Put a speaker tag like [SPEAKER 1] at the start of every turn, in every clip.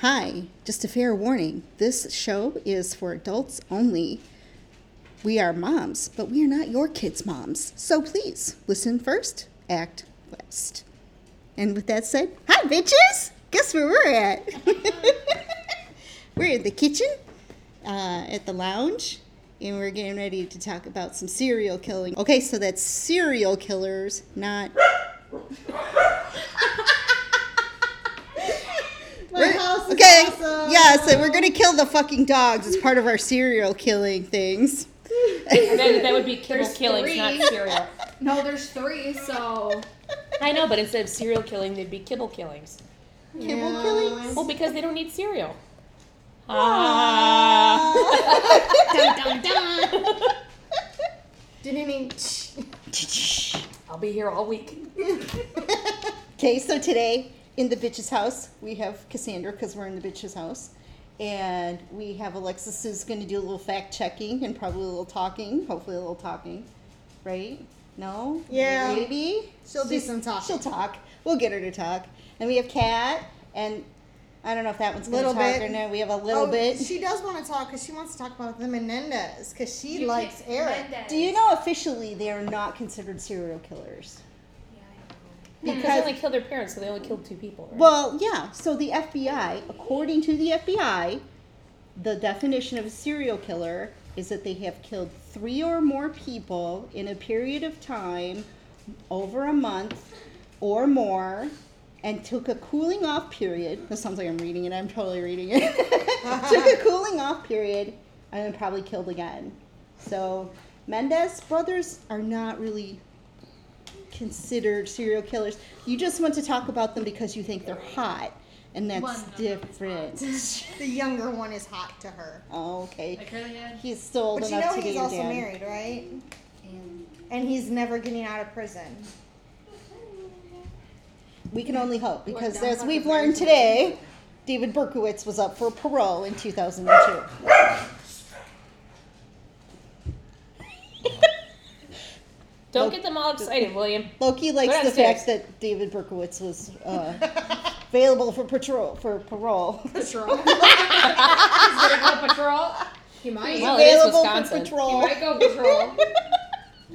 [SPEAKER 1] Hi, just a fair warning this show is for adults only. We are moms, but we are not your kids' moms. So please listen first, act last. And with that said, hi, bitches! Guess where we're at? we're in the kitchen uh, at the lounge, and we're getting ready to talk about some serial killing. Okay, so that's serial killers, not.
[SPEAKER 2] My house is
[SPEAKER 1] okay,
[SPEAKER 2] awesome.
[SPEAKER 1] yeah, so we're gonna kill the fucking dogs. It's part of our serial killing things.
[SPEAKER 3] That, that would be kibble
[SPEAKER 2] There's
[SPEAKER 3] killings,
[SPEAKER 2] three.
[SPEAKER 3] not cereal.
[SPEAKER 2] No, there's three, so
[SPEAKER 3] I know, but instead of cereal killing, they'd be kibble killings.
[SPEAKER 1] Kibble
[SPEAKER 2] Yeah.
[SPEAKER 1] killings?
[SPEAKER 3] Well, because they don't need cereal. Ah.
[SPEAKER 2] dun, dun, dun. Didn't mean.
[SPEAKER 3] I'll be here all week.
[SPEAKER 1] Okay, so today in the bitch's house, we have Cassandra because we're in the bitch's house. And we have Alexis who's going to do a little fact checking and probably a little talking, hopefully a little talking, right? No?
[SPEAKER 2] Yeah.
[SPEAKER 1] Maybe?
[SPEAKER 2] She'll do
[SPEAKER 1] She's-
[SPEAKER 2] some talking.
[SPEAKER 1] She'll talk. We'll get her to talk. And we have Kat, and I don't know if that one's going to
[SPEAKER 2] Little
[SPEAKER 1] talk
[SPEAKER 2] bit.
[SPEAKER 1] or not. We have a little
[SPEAKER 2] Oh,
[SPEAKER 1] bit.
[SPEAKER 2] She does want to talk because she wants to talk about the Menendez because she likes Eric.
[SPEAKER 1] do you know officially they are not considered serial killers?
[SPEAKER 3] Because they only killed their parents, so they only killed two people. Right?
[SPEAKER 1] Well, yeah. So the FBI, according to the FBI, the definition of a serial killer is that they have killed three or more people in a period of time over a month or more and took a cooling off period. That sounds like I'm reading it. I'm totally reading it. took a cooling off period and then probably killed again. So Mendez brothers are not really considered serial killers. You just want to talk about them because you think they're hot, and that's different.
[SPEAKER 2] The younger one is hot to her.
[SPEAKER 1] oh, okay.
[SPEAKER 4] Like curly head?
[SPEAKER 1] He's still old
[SPEAKER 2] But you
[SPEAKER 1] enough
[SPEAKER 2] know
[SPEAKER 1] to be
[SPEAKER 2] he's
[SPEAKER 1] your
[SPEAKER 2] also
[SPEAKER 1] dad.
[SPEAKER 2] married, right?
[SPEAKER 4] And
[SPEAKER 2] And he's never getting out of prison.
[SPEAKER 1] We can only hope because,
[SPEAKER 4] down
[SPEAKER 1] as
[SPEAKER 4] by
[SPEAKER 1] we've
[SPEAKER 4] the
[SPEAKER 1] learned
[SPEAKER 4] Berkowitz.
[SPEAKER 1] today, David Berkowitz was up for parole in 2002.
[SPEAKER 3] don't get them all excited, William.
[SPEAKER 1] Loki likes
[SPEAKER 3] Go
[SPEAKER 1] the fact
[SPEAKER 3] downstairs.
[SPEAKER 1] that David Berkowitz was uh, available for patrol for parole.
[SPEAKER 2] Patrol.
[SPEAKER 4] He's gonna go patrol. He might.
[SPEAKER 3] Well, Oh, it is
[SPEAKER 1] available for
[SPEAKER 3] Wisconsin.
[SPEAKER 4] he
[SPEAKER 1] patrol.
[SPEAKER 4] might go patrol.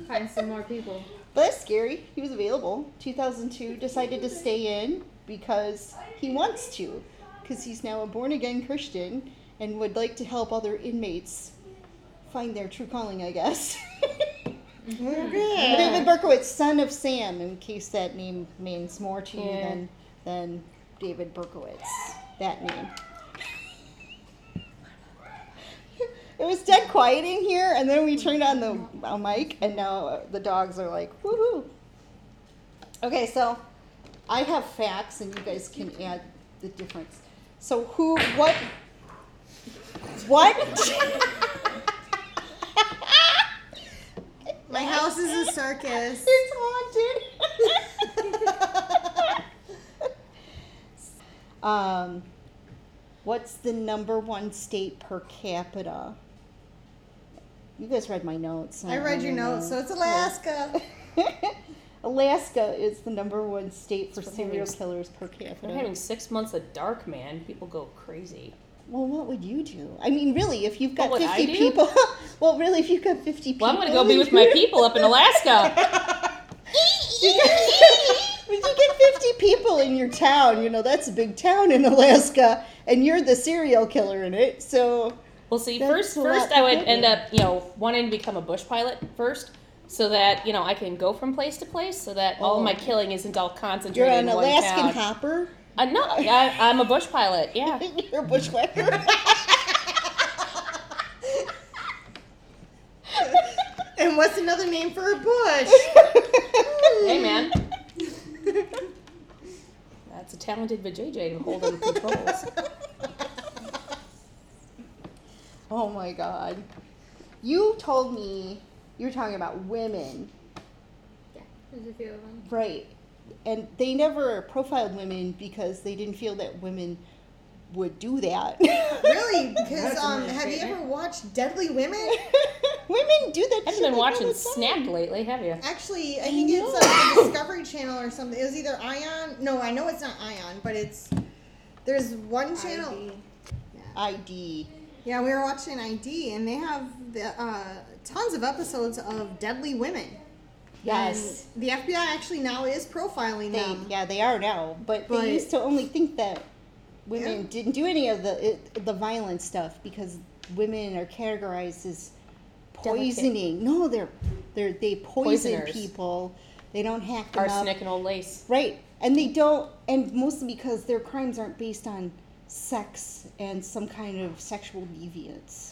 [SPEAKER 4] Find some more people.
[SPEAKER 1] But that's scary. He was available. 2002 decided to stay in because he wants to, because he's now a born again Christian and would like to help other inmates find their true calling, I guess. David Berkowitz, son of Sam, in case that name means more to you
[SPEAKER 3] Yeah.
[SPEAKER 1] than than David Berkowitz. That name. It was dead quiet in here, and then we turned on the uh, mic, and now the dogs are like, woohoo. Okay, so I have facts, and you guys can add the difference. So who, what, what?
[SPEAKER 2] My house is a circus.
[SPEAKER 1] It's haunted. um, what's the number one state per capita? You guys read my notes.
[SPEAKER 2] I read your notes, so it's Alaska.
[SPEAKER 1] it's. Alaska is the number one state for
[SPEAKER 3] That's what
[SPEAKER 1] serial
[SPEAKER 3] happens.
[SPEAKER 1] killers per
[SPEAKER 3] We're
[SPEAKER 1] capita.
[SPEAKER 3] having six months of dark, man. People go crazy.
[SPEAKER 1] Well, what would you do? I mean, really, if you've got
[SPEAKER 3] What would I
[SPEAKER 1] 50
[SPEAKER 3] do?
[SPEAKER 1] people. well, really, if you've got 50 people.
[SPEAKER 3] Well, I'm gonna go be with my people up in Alaska.
[SPEAKER 1] But you get 50 people in your town, you know, that's a big town in Alaska, and you're the serial killer in it, so.
[SPEAKER 3] Well, see,
[SPEAKER 1] That's
[SPEAKER 3] first,
[SPEAKER 1] a lot
[SPEAKER 3] first I would
[SPEAKER 1] bigger.
[SPEAKER 3] end up, you know, wanting to become a bush pilot first, so that you know I can go from place to place, so that all
[SPEAKER 1] Oh.
[SPEAKER 3] my killing isn't all
[SPEAKER 1] You're
[SPEAKER 3] concentrated
[SPEAKER 1] an
[SPEAKER 3] in one
[SPEAKER 1] Alaskan
[SPEAKER 3] town.
[SPEAKER 1] hopper.
[SPEAKER 3] Uh, no, I, I'm a bush pilot. Yeah.
[SPEAKER 1] You're a bushwhacker.
[SPEAKER 2] And what's another name for a bush?
[SPEAKER 3] Hey, man. That's a talented vajayjay to hold on controls.
[SPEAKER 1] oh my god. You told me you were talking about women,
[SPEAKER 4] Yeah, there's a few of them.
[SPEAKER 1] right? And they never profiled women because they didn't feel that women would do that.
[SPEAKER 2] Really? Because
[SPEAKER 4] That's a
[SPEAKER 2] um,
[SPEAKER 4] nice
[SPEAKER 2] have you
[SPEAKER 4] statement.
[SPEAKER 2] ever watched Deadly Women?
[SPEAKER 1] women do that. shit,
[SPEAKER 3] Haven't
[SPEAKER 1] like,
[SPEAKER 3] been
[SPEAKER 1] all
[SPEAKER 3] watching
[SPEAKER 1] the time.
[SPEAKER 3] Snapped lately, have you?
[SPEAKER 2] Actually, I think it's uh, the Discovery Channel or something. It was either Ion. No, I know it's not Ion, but it's There's one channel.
[SPEAKER 1] ID.
[SPEAKER 2] Yeah, we were watching ID, and they have the uh, tons of episodes of Deadly Women.
[SPEAKER 1] Yes.
[SPEAKER 2] And the FBI actually now is profiling
[SPEAKER 1] They,
[SPEAKER 2] them.
[SPEAKER 1] yeah, they are now, but,
[SPEAKER 2] But-
[SPEAKER 1] they used to only think that women
[SPEAKER 2] Yeah.
[SPEAKER 1] didn't do any of the it, the violent stuff because women are categorized as poisoning. No, they're they're they poison
[SPEAKER 3] Poisoners.
[SPEAKER 1] people. They don't hack them up.
[SPEAKER 3] Arsenic and old lace.
[SPEAKER 1] Right. And they don't, and mostly because their crimes aren't based on sex and some kind of sexual deviance.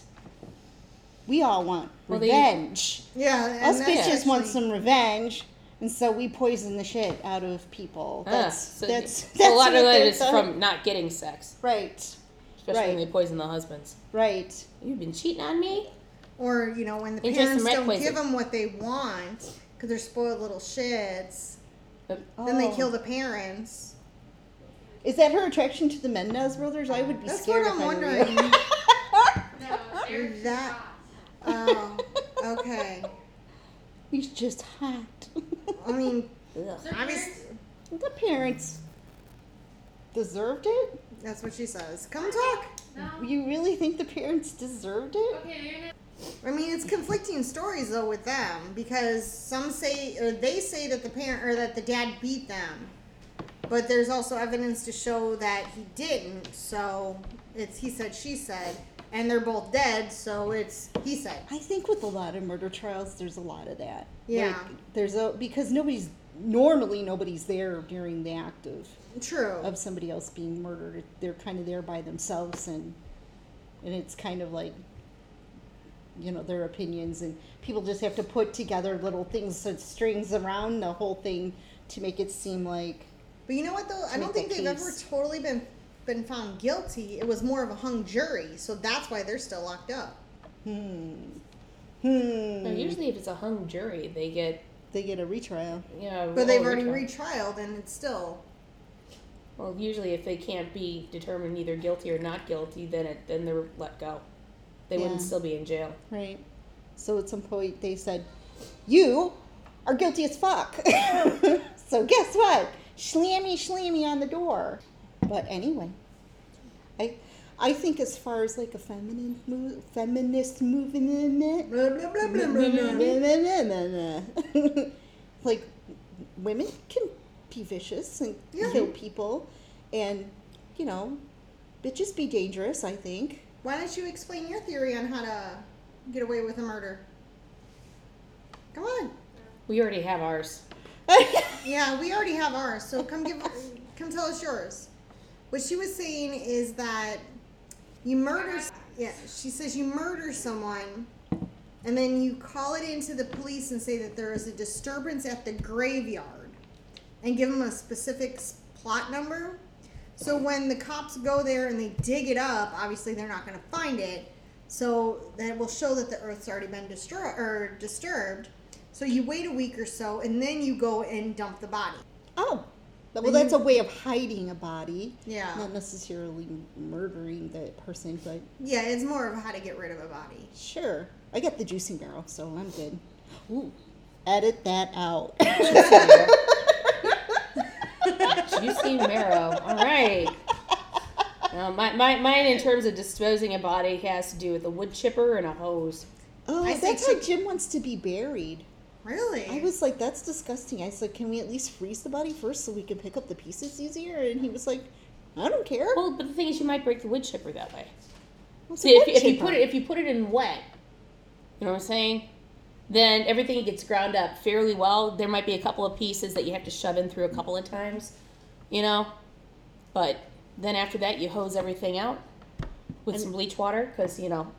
[SPEAKER 1] We all want
[SPEAKER 3] Well, they-
[SPEAKER 1] revenge.
[SPEAKER 2] Yeah, and
[SPEAKER 1] Us
[SPEAKER 2] that's
[SPEAKER 1] bitches want
[SPEAKER 2] actually-
[SPEAKER 1] some revenge, and so we poison the shit out of people.
[SPEAKER 3] Ah,
[SPEAKER 1] That's,
[SPEAKER 3] so
[SPEAKER 1] that's,
[SPEAKER 3] y-
[SPEAKER 1] that's
[SPEAKER 3] a lot of
[SPEAKER 1] what
[SPEAKER 3] that
[SPEAKER 1] they're
[SPEAKER 3] is
[SPEAKER 1] done.
[SPEAKER 3] from not getting sex,
[SPEAKER 1] Right,
[SPEAKER 3] especially when
[SPEAKER 1] Right.
[SPEAKER 3] they poison the husbands.
[SPEAKER 1] right.
[SPEAKER 3] You've been cheating on me.
[SPEAKER 2] Or, you know, when the
[SPEAKER 3] Interest in
[SPEAKER 2] parents
[SPEAKER 3] rat
[SPEAKER 2] don't
[SPEAKER 3] poison.
[SPEAKER 2] give them what they want because they're spoiled little shits,
[SPEAKER 3] But
[SPEAKER 2] then they
[SPEAKER 1] Oh.
[SPEAKER 2] kill the parents.
[SPEAKER 1] Is that her attraction to the Mendez brothers? I would be
[SPEAKER 2] That's
[SPEAKER 1] scared
[SPEAKER 2] what
[SPEAKER 1] if
[SPEAKER 2] I'm
[SPEAKER 1] I were you.
[SPEAKER 2] wondering.
[SPEAKER 4] No, they're just
[SPEAKER 2] That-
[SPEAKER 4] hot.
[SPEAKER 2] oh, okay.
[SPEAKER 1] He's just hot.
[SPEAKER 2] I mean,
[SPEAKER 3] ugh.
[SPEAKER 4] Their
[SPEAKER 2] obviously,
[SPEAKER 1] the parents deserved it?
[SPEAKER 2] that's what she says. Come talk.
[SPEAKER 4] parents- no.
[SPEAKER 1] You really think the parents deserved it?
[SPEAKER 4] Okay, you're not.
[SPEAKER 2] I mean, it's conflicting stories though with them because some say or they say that the parent or that the dad beat them, but there's also evidence to show that he didn't. So it's he said she said, and they're both dead. So it's he said.
[SPEAKER 1] I think with a lot of murder trials, there's a lot of that.
[SPEAKER 2] Yeah.
[SPEAKER 1] Like, there's a because nobody's normally nobody's there during the act of
[SPEAKER 2] True.
[SPEAKER 1] of somebody else being murdered. They're kind of there by themselves, and and it's kind of like you know their opinions, and people just have to put together little things, so strings around the whole thing to make it seem like
[SPEAKER 2] But you know what though? I don't think they've ever totally been been found guilty. It was more of a hung jury, so that's why they're still locked up.
[SPEAKER 1] hmm
[SPEAKER 3] No,
[SPEAKER 1] hmm
[SPEAKER 3] usually, if it's a hung jury, they get
[SPEAKER 1] they get a retrial.
[SPEAKER 3] you know.
[SPEAKER 2] But they've
[SPEAKER 3] oh,
[SPEAKER 2] already
[SPEAKER 3] retrial.
[SPEAKER 2] retrialed, and it's still
[SPEAKER 3] Well, usually, if they can't be determined either guilty or not guilty, then it then they're let go. They wouldn't
[SPEAKER 1] Yeah.
[SPEAKER 3] still be in jail.
[SPEAKER 1] Right. So at some point they said, You are guilty as fuck. so guess what? Slammy slammy on the door. But anyway, I I think as far as like a feminine move, feminist movement,
[SPEAKER 2] blah blah blah blah blah. blah.
[SPEAKER 1] like women can be vicious and
[SPEAKER 2] Yeah.
[SPEAKER 1] kill people, and you know, bitches be dangerous. I think.
[SPEAKER 2] Why don't you explain your theory on how to get away with a murder? Come on.
[SPEAKER 3] We already have ours.
[SPEAKER 2] Yeah, we already have ours, so come give come tell us yours. What she was saying is that you murder yeah, she says you murder someone and then you call it into the police and say that there is a disturbance at the graveyard and give them a specific s- plot number. So when the cops go there and they dig it up, obviously they're not going to find it. So that will show that the earth's already been distru- or disturbed. So you wait a week or so and then you go and dump the body.
[SPEAKER 1] Oh, well, that's a way of hiding a body,
[SPEAKER 2] Yeah.
[SPEAKER 1] not necessarily murdering the person, but
[SPEAKER 2] Yeah, it's more of how to get rid of a body.
[SPEAKER 1] sure. I got the juicy marrow, so I'm good. Ooh, edit that out.
[SPEAKER 3] Juicy marrow. All right. Now, Um, my, my, mine, in terms of disposing a body, has to do with a wood chipper and a hose.
[SPEAKER 1] Oh,
[SPEAKER 2] I think
[SPEAKER 1] that's how Jim wants to be buried.
[SPEAKER 2] Really?
[SPEAKER 1] I was like, that's disgusting. I said, can we at least freeze the body first so we can pick up the pieces easier? And he was like, I don't care.
[SPEAKER 3] Well, but the thing is, you might break the wood chipper that way.
[SPEAKER 1] What's
[SPEAKER 3] See,
[SPEAKER 1] a
[SPEAKER 3] if,
[SPEAKER 1] wood
[SPEAKER 3] if you
[SPEAKER 1] chipper?
[SPEAKER 3] put it if you put it in wet, you know what I'm saying? Then everything gets ground up fairly well. There might be a couple of pieces that you have to shove in through a couple of times, you know. But then after that, you hose everything out with some bleach water because you know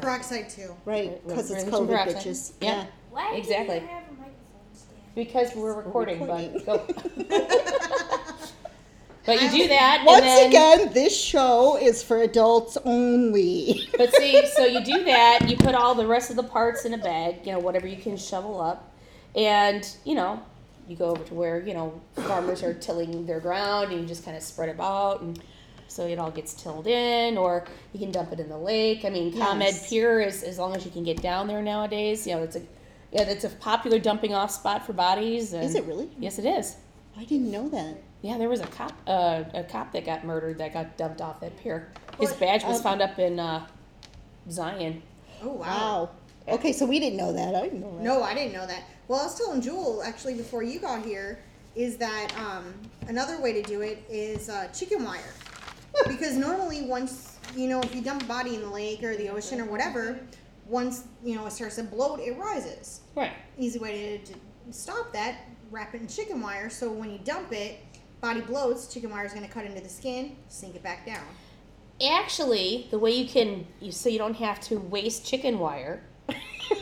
[SPEAKER 2] Peroxide too.
[SPEAKER 1] right,
[SPEAKER 3] Right,
[SPEAKER 1] because it's
[SPEAKER 3] right,
[SPEAKER 1] COVID
[SPEAKER 3] right.
[SPEAKER 1] bitches.
[SPEAKER 3] Yeah.
[SPEAKER 5] Why
[SPEAKER 3] Exactly.
[SPEAKER 5] do you have a microphone stand?
[SPEAKER 3] because we're
[SPEAKER 1] We're
[SPEAKER 3] recording.
[SPEAKER 1] recording.
[SPEAKER 3] But go. but you do that
[SPEAKER 1] Once
[SPEAKER 3] and then,
[SPEAKER 1] again, this show is for adults only.
[SPEAKER 3] But see, so you do that, you put all the rest of the parts in a bag, you know, whatever you can shovel up, and you know, you go over to where you know farmers are tilling their ground, and you just kind of spread it out, and so it all gets tilled in, or you can dump it in the lake. I mean, ComEd
[SPEAKER 1] Yes.
[SPEAKER 3] Pier is as long as you can get down there nowadays. You know, it's a yeah, that's a popular dumping off spot for bodies. And
[SPEAKER 1] Is it really?
[SPEAKER 3] Yes, it is.
[SPEAKER 1] I didn't know that.
[SPEAKER 3] Yeah, there was a cop, uh, a cop that got murdered that got dumped off at pier. His badge
[SPEAKER 1] um,
[SPEAKER 3] was found up in uh, Zion.
[SPEAKER 2] Oh wow.
[SPEAKER 1] Wow. Okay, so we didn't know that. I didn't know that.
[SPEAKER 2] No, I didn't know that. Well, I was telling Jewel actually before you got here is that um, another way to do it is uh, chicken wire because normally once you know if you dump a body in the lake or the ocean or whatever, once you know it starts to bloat, it rises.
[SPEAKER 3] Right.
[SPEAKER 2] easy way to, to stop that wrap it in chicken wire so when you dump it body bloats chicken wire is going to cut into the skin sink it back down
[SPEAKER 3] Actually, the way you can, you, so you don't have to waste chicken wire.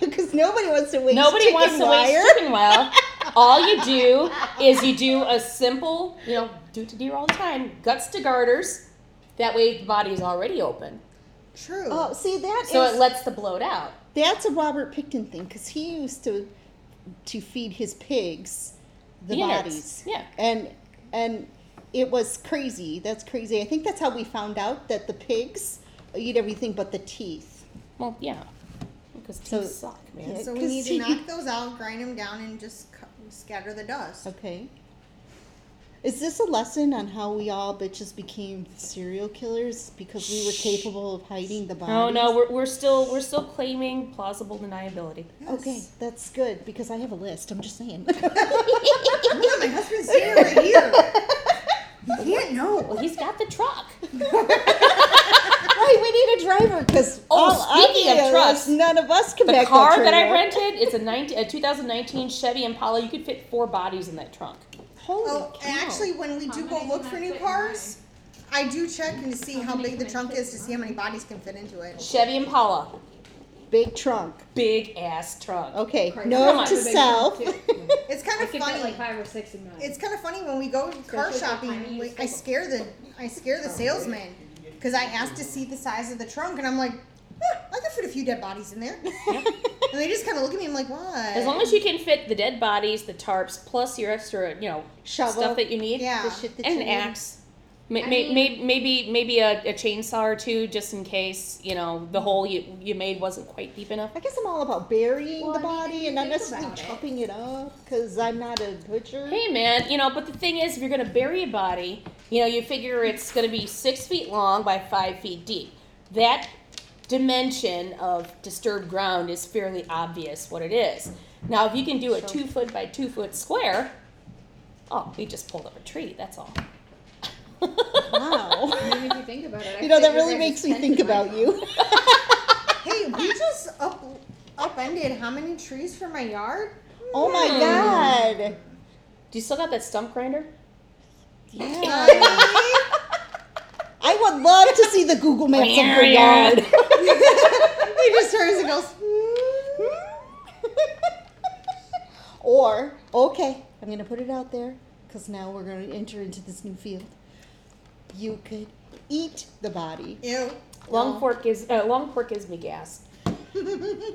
[SPEAKER 1] Because nobody wants to waste
[SPEAKER 3] Nobody
[SPEAKER 1] chicken
[SPEAKER 3] wants to
[SPEAKER 1] wire.
[SPEAKER 3] waste chicken wire. all you do is you do a simple, you know, do to deer all the time, guts to garters. That way the body is already open,
[SPEAKER 2] true
[SPEAKER 1] Oh, see that
[SPEAKER 3] so
[SPEAKER 1] is-
[SPEAKER 3] it lets the bloat out.
[SPEAKER 1] that's a Robert Picton thing because he used to to feed his pigs the
[SPEAKER 3] The innards,
[SPEAKER 1] bodies.
[SPEAKER 3] yeah.
[SPEAKER 1] and and it was crazy. That's crazy. I think that's how we found out that the pigs eat everything but the teeth.
[SPEAKER 3] Well, yeah, because teeth
[SPEAKER 1] So-
[SPEAKER 3] suck, man.
[SPEAKER 1] yeah.
[SPEAKER 2] so we
[SPEAKER 1] 'cause
[SPEAKER 2] need to
[SPEAKER 1] he-
[SPEAKER 2] knock those out grind them down and just cu- scatter the dust
[SPEAKER 1] Okay. Is this a lesson on how we all bitches became serial killers because we were capable of hiding the bodies?
[SPEAKER 3] No, Oh, no, we're, we're still we're still claiming plausible deniability.
[SPEAKER 1] Okay, that's good because I have a list. I'm just saying.
[SPEAKER 2] Look at my husband's sitting right here you can't know
[SPEAKER 3] Well, he's got the truck.
[SPEAKER 1] Right, we need a driver because
[SPEAKER 3] Oh,
[SPEAKER 1] all
[SPEAKER 3] speaking of
[SPEAKER 1] obvious,
[SPEAKER 3] trucks,
[SPEAKER 1] none of us can
[SPEAKER 3] The
[SPEAKER 1] back
[SPEAKER 3] car that I
[SPEAKER 1] trailer.
[SPEAKER 3] rented, it's a 19, a 2019 Chevy Impala. You could fit four bodies in that trunk.
[SPEAKER 1] Holy
[SPEAKER 2] oh
[SPEAKER 1] cow.
[SPEAKER 2] and actually when we do go look for new cars i do check and see how big the trunk is to see how many bodies can fit into it
[SPEAKER 3] Chevy Impala,
[SPEAKER 1] big trunk.
[SPEAKER 3] big ass trunk.
[SPEAKER 1] Okay,
[SPEAKER 4] Crazy.
[SPEAKER 1] no
[SPEAKER 3] Come on.
[SPEAKER 1] to
[SPEAKER 4] Big
[SPEAKER 1] self.
[SPEAKER 4] trunk,
[SPEAKER 2] it's kind
[SPEAKER 4] I
[SPEAKER 2] of
[SPEAKER 4] could
[SPEAKER 2] funny
[SPEAKER 4] fit like five or six in mine.
[SPEAKER 2] It's kind of funny when we go car
[SPEAKER 4] Especially if I
[SPEAKER 2] shopping.
[SPEAKER 4] use
[SPEAKER 2] Like, I scare the I scare the salesman because I asked to see the size of the trunk, and I'm like, "Huh, I could fit a few dead bodies in there. And they just kind of look at me. I'm like, what?
[SPEAKER 3] As long as you can fit the dead bodies, the tarps, plus your extra, you know,
[SPEAKER 1] Shovel.
[SPEAKER 3] stuff that you need,
[SPEAKER 2] yeah,
[SPEAKER 1] The shit that
[SPEAKER 3] and
[SPEAKER 1] you
[SPEAKER 3] an
[SPEAKER 1] need.
[SPEAKER 3] axe. May,
[SPEAKER 4] I
[SPEAKER 3] may,
[SPEAKER 4] mean-
[SPEAKER 3] may, maybe maybe a, a chainsaw or two, just in case you know the hole you, you made wasn't quite deep enough.
[SPEAKER 1] I guess I'm all about burying
[SPEAKER 4] Well,
[SPEAKER 1] the
[SPEAKER 4] I mean,
[SPEAKER 1] body and
[SPEAKER 4] if you
[SPEAKER 1] not
[SPEAKER 4] think
[SPEAKER 1] necessarily
[SPEAKER 4] about it.
[SPEAKER 1] chopping it up because I'm not a butcher.
[SPEAKER 3] Hey man, you know, but the thing is, if you're gonna bury a body, you know, you figure it's gonna be six feet long by five feet deep. That dimension of disturbed ground is fairly obvious what it is. Now, if you can do a two foot by two foot square, oh, we just pulled up a tree. That's all.
[SPEAKER 1] Wow.
[SPEAKER 4] Made me think about it. I
[SPEAKER 1] you know, that
[SPEAKER 4] fit
[SPEAKER 1] really
[SPEAKER 4] your
[SPEAKER 1] makes me
[SPEAKER 4] guys' tent
[SPEAKER 1] think
[SPEAKER 4] in my
[SPEAKER 1] about you.
[SPEAKER 2] hey, we just up upended how many trees from my yard?
[SPEAKER 1] oh my god.
[SPEAKER 3] Do you still got that stump grinder?
[SPEAKER 1] Yeah. I would love to see the Google Maps of your yard.
[SPEAKER 2] he just turns and goes.
[SPEAKER 1] "Hmm?" Or, okay, I'm going to put it out there because now we're going to enter into this new field. You could eat the body.
[SPEAKER 2] Ew.
[SPEAKER 3] Long pork is uh, long pork gives me gas.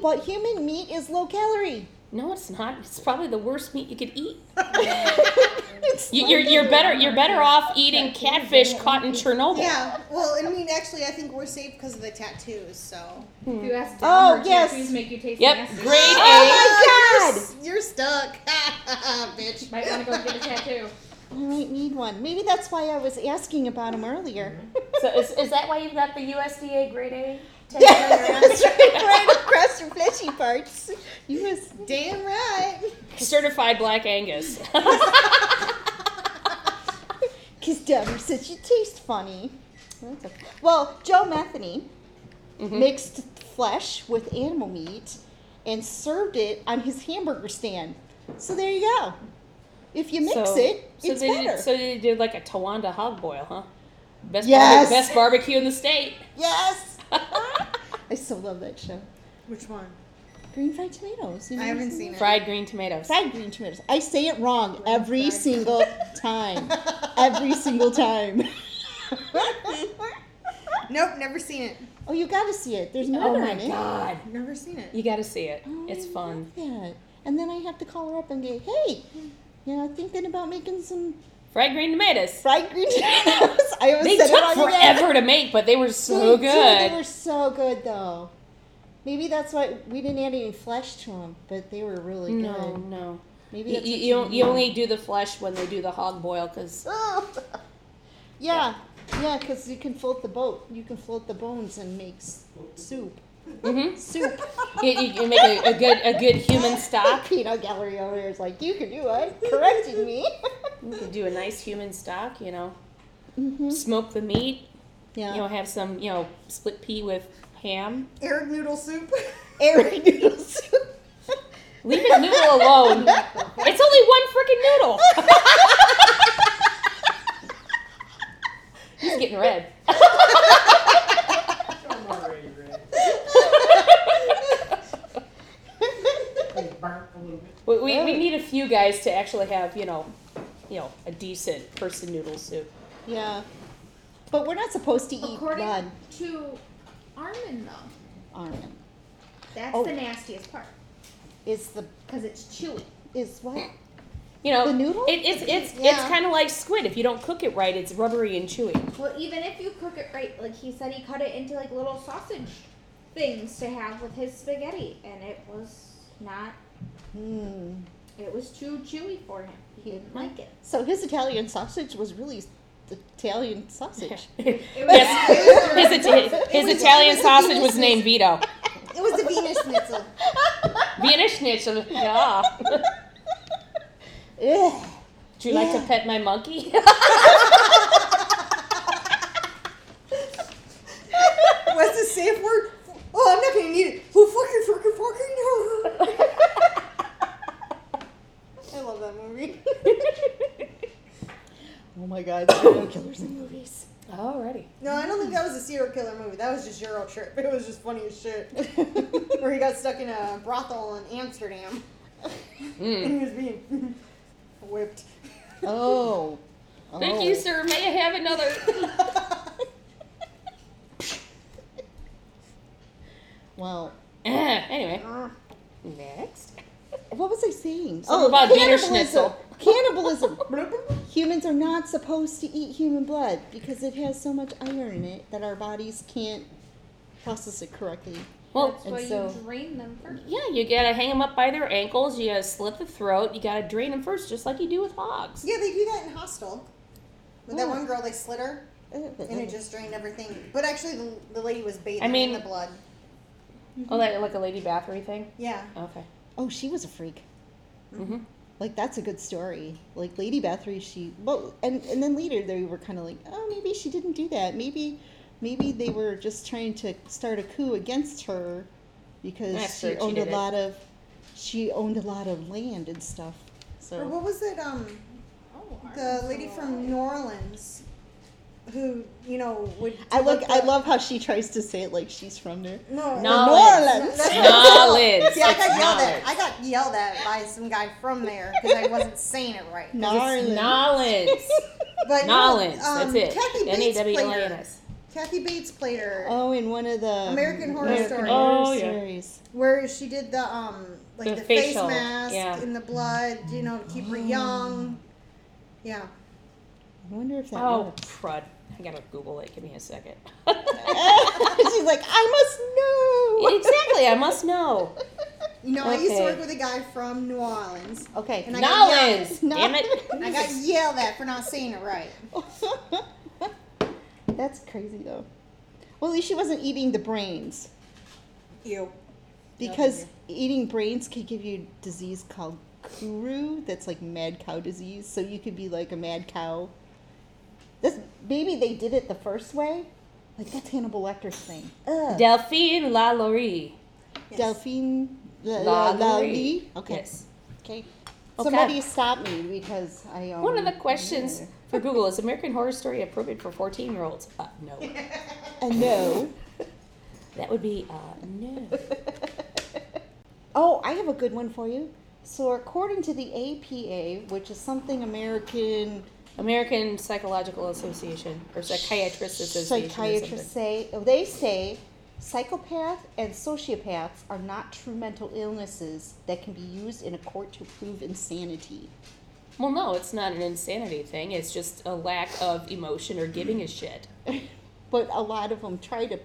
[SPEAKER 1] But human meat is low calorie.
[SPEAKER 3] No, it's not. It's probably the worst meat you could eat.
[SPEAKER 1] It's
[SPEAKER 3] You,
[SPEAKER 1] low
[SPEAKER 3] you're, you're
[SPEAKER 1] calorie.
[SPEAKER 3] better you're better off eating catfish caught in Chernobyl.
[SPEAKER 2] Yeah. Well, I mean, actually, I think we're safe because of the tattoos. So.
[SPEAKER 4] If you ask
[SPEAKER 1] Oh,
[SPEAKER 4] Tom, her
[SPEAKER 1] yes.
[SPEAKER 4] tattoos make you taste
[SPEAKER 3] Yep,
[SPEAKER 4] nasty.
[SPEAKER 3] grade A.
[SPEAKER 1] Oh my
[SPEAKER 2] You're s- You're stuck, bitch.
[SPEAKER 4] Might want to go get a tattoo.
[SPEAKER 1] I might need one. Maybe that's why I was asking about him earlier.
[SPEAKER 3] So is, is that why you've got the USDA grade A?
[SPEAKER 1] That's right, right across your fleshy parts. You was
[SPEAKER 2] Damn right.
[SPEAKER 3] Certified Black Angus.
[SPEAKER 1] Because Deborah said you taste funny. That's okay. Well, Joe Metheny mixed flesh with animal meat and served it on his hamburger stand. So there you go. If you mix it, it's
[SPEAKER 3] they
[SPEAKER 1] better.
[SPEAKER 3] Did, so they did like a Tawanda hog boil, huh? Best, barbe-
[SPEAKER 1] Yes.
[SPEAKER 3] best barbecue in the state.
[SPEAKER 1] yes! I so love that show.
[SPEAKER 2] Which one?
[SPEAKER 1] Green fried tomatoes. You
[SPEAKER 2] I
[SPEAKER 1] never
[SPEAKER 2] haven't
[SPEAKER 1] seen
[SPEAKER 2] seen it.
[SPEAKER 3] Fried green tomatoes.
[SPEAKER 1] Fried green tomatoes. I say it wrong every single time. every single time.
[SPEAKER 2] Nope, never seen it.
[SPEAKER 1] oh, you gotta see it. There's
[SPEAKER 3] Oh
[SPEAKER 1] murder
[SPEAKER 3] my
[SPEAKER 1] in it.
[SPEAKER 3] god.
[SPEAKER 2] Never seen it.
[SPEAKER 3] You gotta see it. It's
[SPEAKER 1] I
[SPEAKER 3] fun.
[SPEAKER 1] love that. And then I have to call her up and go, hey, you know, thinking about making some
[SPEAKER 3] Fried green tomatoes.
[SPEAKER 1] fried green tomatoes. I always
[SPEAKER 3] They
[SPEAKER 1] said it
[SPEAKER 3] took
[SPEAKER 1] on the
[SPEAKER 3] forever to make, but they were so
[SPEAKER 1] They did. They
[SPEAKER 3] good.
[SPEAKER 1] were so good, though. Maybe that's why we didn't add any flesh to them, but they were really
[SPEAKER 3] No, no.
[SPEAKER 1] Maybe
[SPEAKER 3] You,
[SPEAKER 1] that's
[SPEAKER 3] you,
[SPEAKER 1] what
[SPEAKER 3] you don't- you only do the flesh when they do the hog boil because
[SPEAKER 1] yeah, yeah, because you can float the boat. You can float the bones and make s- soup. Mm-hmm. Soup.
[SPEAKER 3] you, you, you make a, a good a good human stock.
[SPEAKER 1] Peanut gallery over here is like, you can do it. Correcting me.
[SPEAKER 3] You could do a nice human stock, you know. Smoke the meat, Mm-hmm. you know,
[SPEAKER 1] yeah.
[SPEAKER 3] have some, you know, split pea with ham.
[SPEAKER 2] Eric noodle soup.
[SPEAKER 1] Airy noodle soup.
[SPEAKER 3] Leave his noodle alone. It's only one freaking noodle. He's getting red.
[SPEAKER 4] I'm already ready. They burnt a little bit.
[SPEAKER 3] We, we, we need a few guys to actually have, you know, you know, a decent person noodle soup.
[SPEAKER 1] yeah. But we're not supposed to eat
[SPEAKER 5] According
[SPEAKER 1] blood.
[SPEAKER 5] to Armin, though,
[SPEAKER 1] Armin.
[SPEAKER 5] that's
[SPEAKER 1] Oh.
[SPEAKER 5] the nastiest part
[SPEAKER 1] Is the
[SPEAKER 5] because it's chewy.
[SPEAKER 1] is what?
[SPEAKER 3] You know,
[SPEAKER 1] The noodle?
[SPEAKER 3] It, it's it's it's
[SPEAKER 2] Yeah.
[SPEAKER 3] kind of like squid. If you don't cook it right, it's rubbery and chewy.
[SPEAKER 5] Well, even if you cook it right, like he said, he cut it into like little sausage things to have with his spaghetti, and it was not.
[SPEAKER 1] Hmm.
[SPEAKER 5] It was too chewy for him. He didn't like it.
[SPEAKER 1] So his Italian sausage was really s- Italian sausage.
[SPEAKER 5] It was
[SPEAKER 3] Yes. His, Ita- his Italian sausage was named Vito.
[SPEAKER 2] It was the Venus schnitzel.
[SPEAKER 3] Vienna schnitzel. Yeah.
[SPEAKER 1] Ugh.
[SPEAKER 3] Do you like to pet my monkey?
[SPEAKER 2] What's the safe word? Oh, I'm not gonna need it. Who fucking fucking fucking no. I love that movie.
[SPEAKER 1] Oh my god, serial killers in movies.
[SPEAKER 3] Alrighty.
[SPEAKER 2] No, I don't think that was a serial killer movie. That was just Euro Trip. It was just funny as shit. Where he got stuck in a brothel in Amsterdam and
[SPEAKER 3] Mm.
[SPEAKER 2] he was being whipped.
[SPEAKER 1] Oh.
[SPEAKER 3] Thank
[SPEAKER 1] Oh.
[SPEAKER 3] you, sir. May I have another?
[SPEAKER 1] Well,
[SPEAKER 3] anyway, next.
[SPEAKER 1] what was I saying? Oh,
[SPEAKER 3] Something about Wiener
[SPEAKER 1] cannibalism.
[SPEAKER 3] Schnitzel.
[SPEAKER 1] Cannibalism. Humans are not supposed to eat human blood because it has so much iron in it that our bodies can't process it correctly.
[SPEAKER 3] Well,
[SPEAKER 5] That's
[SPEAKER 1] and
[SPEAKER 5] why
[SPEAKER 1] so-
[SPEAKER 5] you drain them first.
[SPEAKER 3] yeah, you gotta hang them up by their ankles. You gotta slit the throat. You gotta drain them first, just like you do with hogs.
[SPEAKER 2] Yeah, they do that in Hostel. With that
[SPEAKER 1] Oh.
[SPEAKER 2] one girl, they slit her
[SPEAKER 1] Uh,
[SPEAKER 2] and it just drained everything. But actually, the, the lady was bathing
[SPEAKER 3] mean-
[SPEAKER 2] in the blood.
[SPEAKER 3] Oh, that like a lady bathery thing.
[SPEAKER 2] Yeah.
[SPEAKER 3] Okay.
[SPEAKER 1] Oh, she was a freak.
[SPEAKER 3] Mm-hmm.
[SPEAKER 1] Like that's a good story. Like Lady Bathory, she well, and and then later they were kind of like, oh, maybe she didn't do that. Maybe, maybe they were just trying to start a coup against her because
[SPEAKER 3] After
[SPEAKER 1] she
[SPEAKER 3] she
[SPEAKER 1] owned a
[SPEAKER 3] did it.
[SPEAKER 1] lot of, she owned a lot of land and stuff.
[SPEAKER 2] Or
[SPEAKER 1] So
[SPEAKER 2] what was it? Um,
[SPEAKER 5] Oh,
[SPEAKER 2] the
[SPEAKER 5] Armin's
[SPEAKER 2] lady
[SPEAKER 5] still
[SPEAKER 2] from
[SPEAKER 5] alive.
[SPEAKER 2] New Orleans, who you know would.
[SPEAKER 1] I look,
[SPEAKER 2] like
[SPEAKER 1] I
[SPEAKER 2] the-
[SPEAKER 1] love how she tries to say it like she's from there.
[SPEAKER 2] No,
[SPEAKER 3] No.
[SPEAKER 1] New Orleans.
[SPEAKER 2] That's
[SPEAKER 3] Knowledge.
[SPEAKER 2] See, I got yelled
[SPEAKER 3] It's
[SPEAKER 2] at.
[SPEAKER 3] knowledge.
[SPEAKER 2] I got yelled at by some guy from there because I wasn't saying it right.
[SPEAKER 1] Gnarly.
[SPEAKER 3] Knowledge.
[SPEAKER 2] But no,
[SPEAKER 3] Knowledge.
[SPEAKER 2] um,
[SPEAKER 3] That's
[SPEAKER 2] Kathy
[SPEAKER 3] it.
[SPEAKER 2] Bates
[SPEAKER 3] N a w l a
[SPEAKER 2] played
[SPEAKER 3] n
[SPEAKER 2] her.
[SPEAKER 3] s.
[SPEAKER 2] Kathy Bates played her,
[SPEAKER 1] Oh, in one of the
[SPEAKER 2] American Horror Story.
[SPEAKER 3] Oh, yeah.
[SPEAKER 1] Stories.
[SPEAKER 2] where she did the um, like
[SPEAKER 3] The
[SPEAKER 2] the, face
[SPEAKER 3] facial,
[SPEAKER 2] mask
[SPEAKER 3] yeah. Oh.
[SPEAKER 2] in the blood, you know, to keep her young. Yeah.
[SPEAKER 1] I wonder if that.
[SPEAKER 3] Oh,
[SPEAKER 1] worked.
[SPEAKER 3] crud. I gotta Google it. Give me a second.
[SPEAKER 1] she's like, I must know.
[SPEAKER 3] exactly. I must know.
[SPEAKER 2] You know, I used to
[SPEAKER 3] Okay.
[SPEAKER 2] work with a guy from New Orleans.
[SPEAKER 1] Okay.
[SPEAKER 2] And I got
[SPEAKER 3] Knowledge.
[SPEAKER 1] yelled at.
[SPEAKER 3] Damn it.
[SPEAKER 2] I got yelled at for not saying it right.
[SPEAKER 1] That's crazy though. Well, at least she wasn't eating the brains
[SPEAKER 2] You.
[SPEAKER 1] because eating brains could give you a disease called kuru. That's like mad cow disease. So you could be like a mad cow. This maybe they did it the first way. Like that's Hannibal Lecter's thing. Ugh.
[SPEAKER 3] Delphine Lalaurie.
[SPEAKER 2] Yes.
[SPEAKER 1] Delphine La- La-
[SPEAKER 3] Lalaurie.
[SPEAKER 1] Lalaurie? Okay.
[SPEAKER 3] Yes.
[SPEAKER 1] Okay.
[SPEAKER 3] Okay.
[SPEAKER 1] Somebody stop me because I. Um,
[SPEAKER 3] One of the questions for Google is American Horror Story appropriate for 14 year olds? Uh, no.
[SPEAKER 1] I know.
[SPEAKER 3] That would be uh, no.
[SPEAKER 1] Oh, I have a good one for you. So, according to the APA, which is something American
[SPEAKER 3] American Psychological Association or Psychiatrists Association. or
[SPEAKER 1] psychiatrists say, oh, they say psychopath and sociopaths are not true mental illnesses that can be used in a court to prove insanity.
[SPEAKER 3] something. Well, no, it's not an insanity thing. It's just a lack of emotion or giving a shit.
[SPEAKER 1] But a lot of them try to p-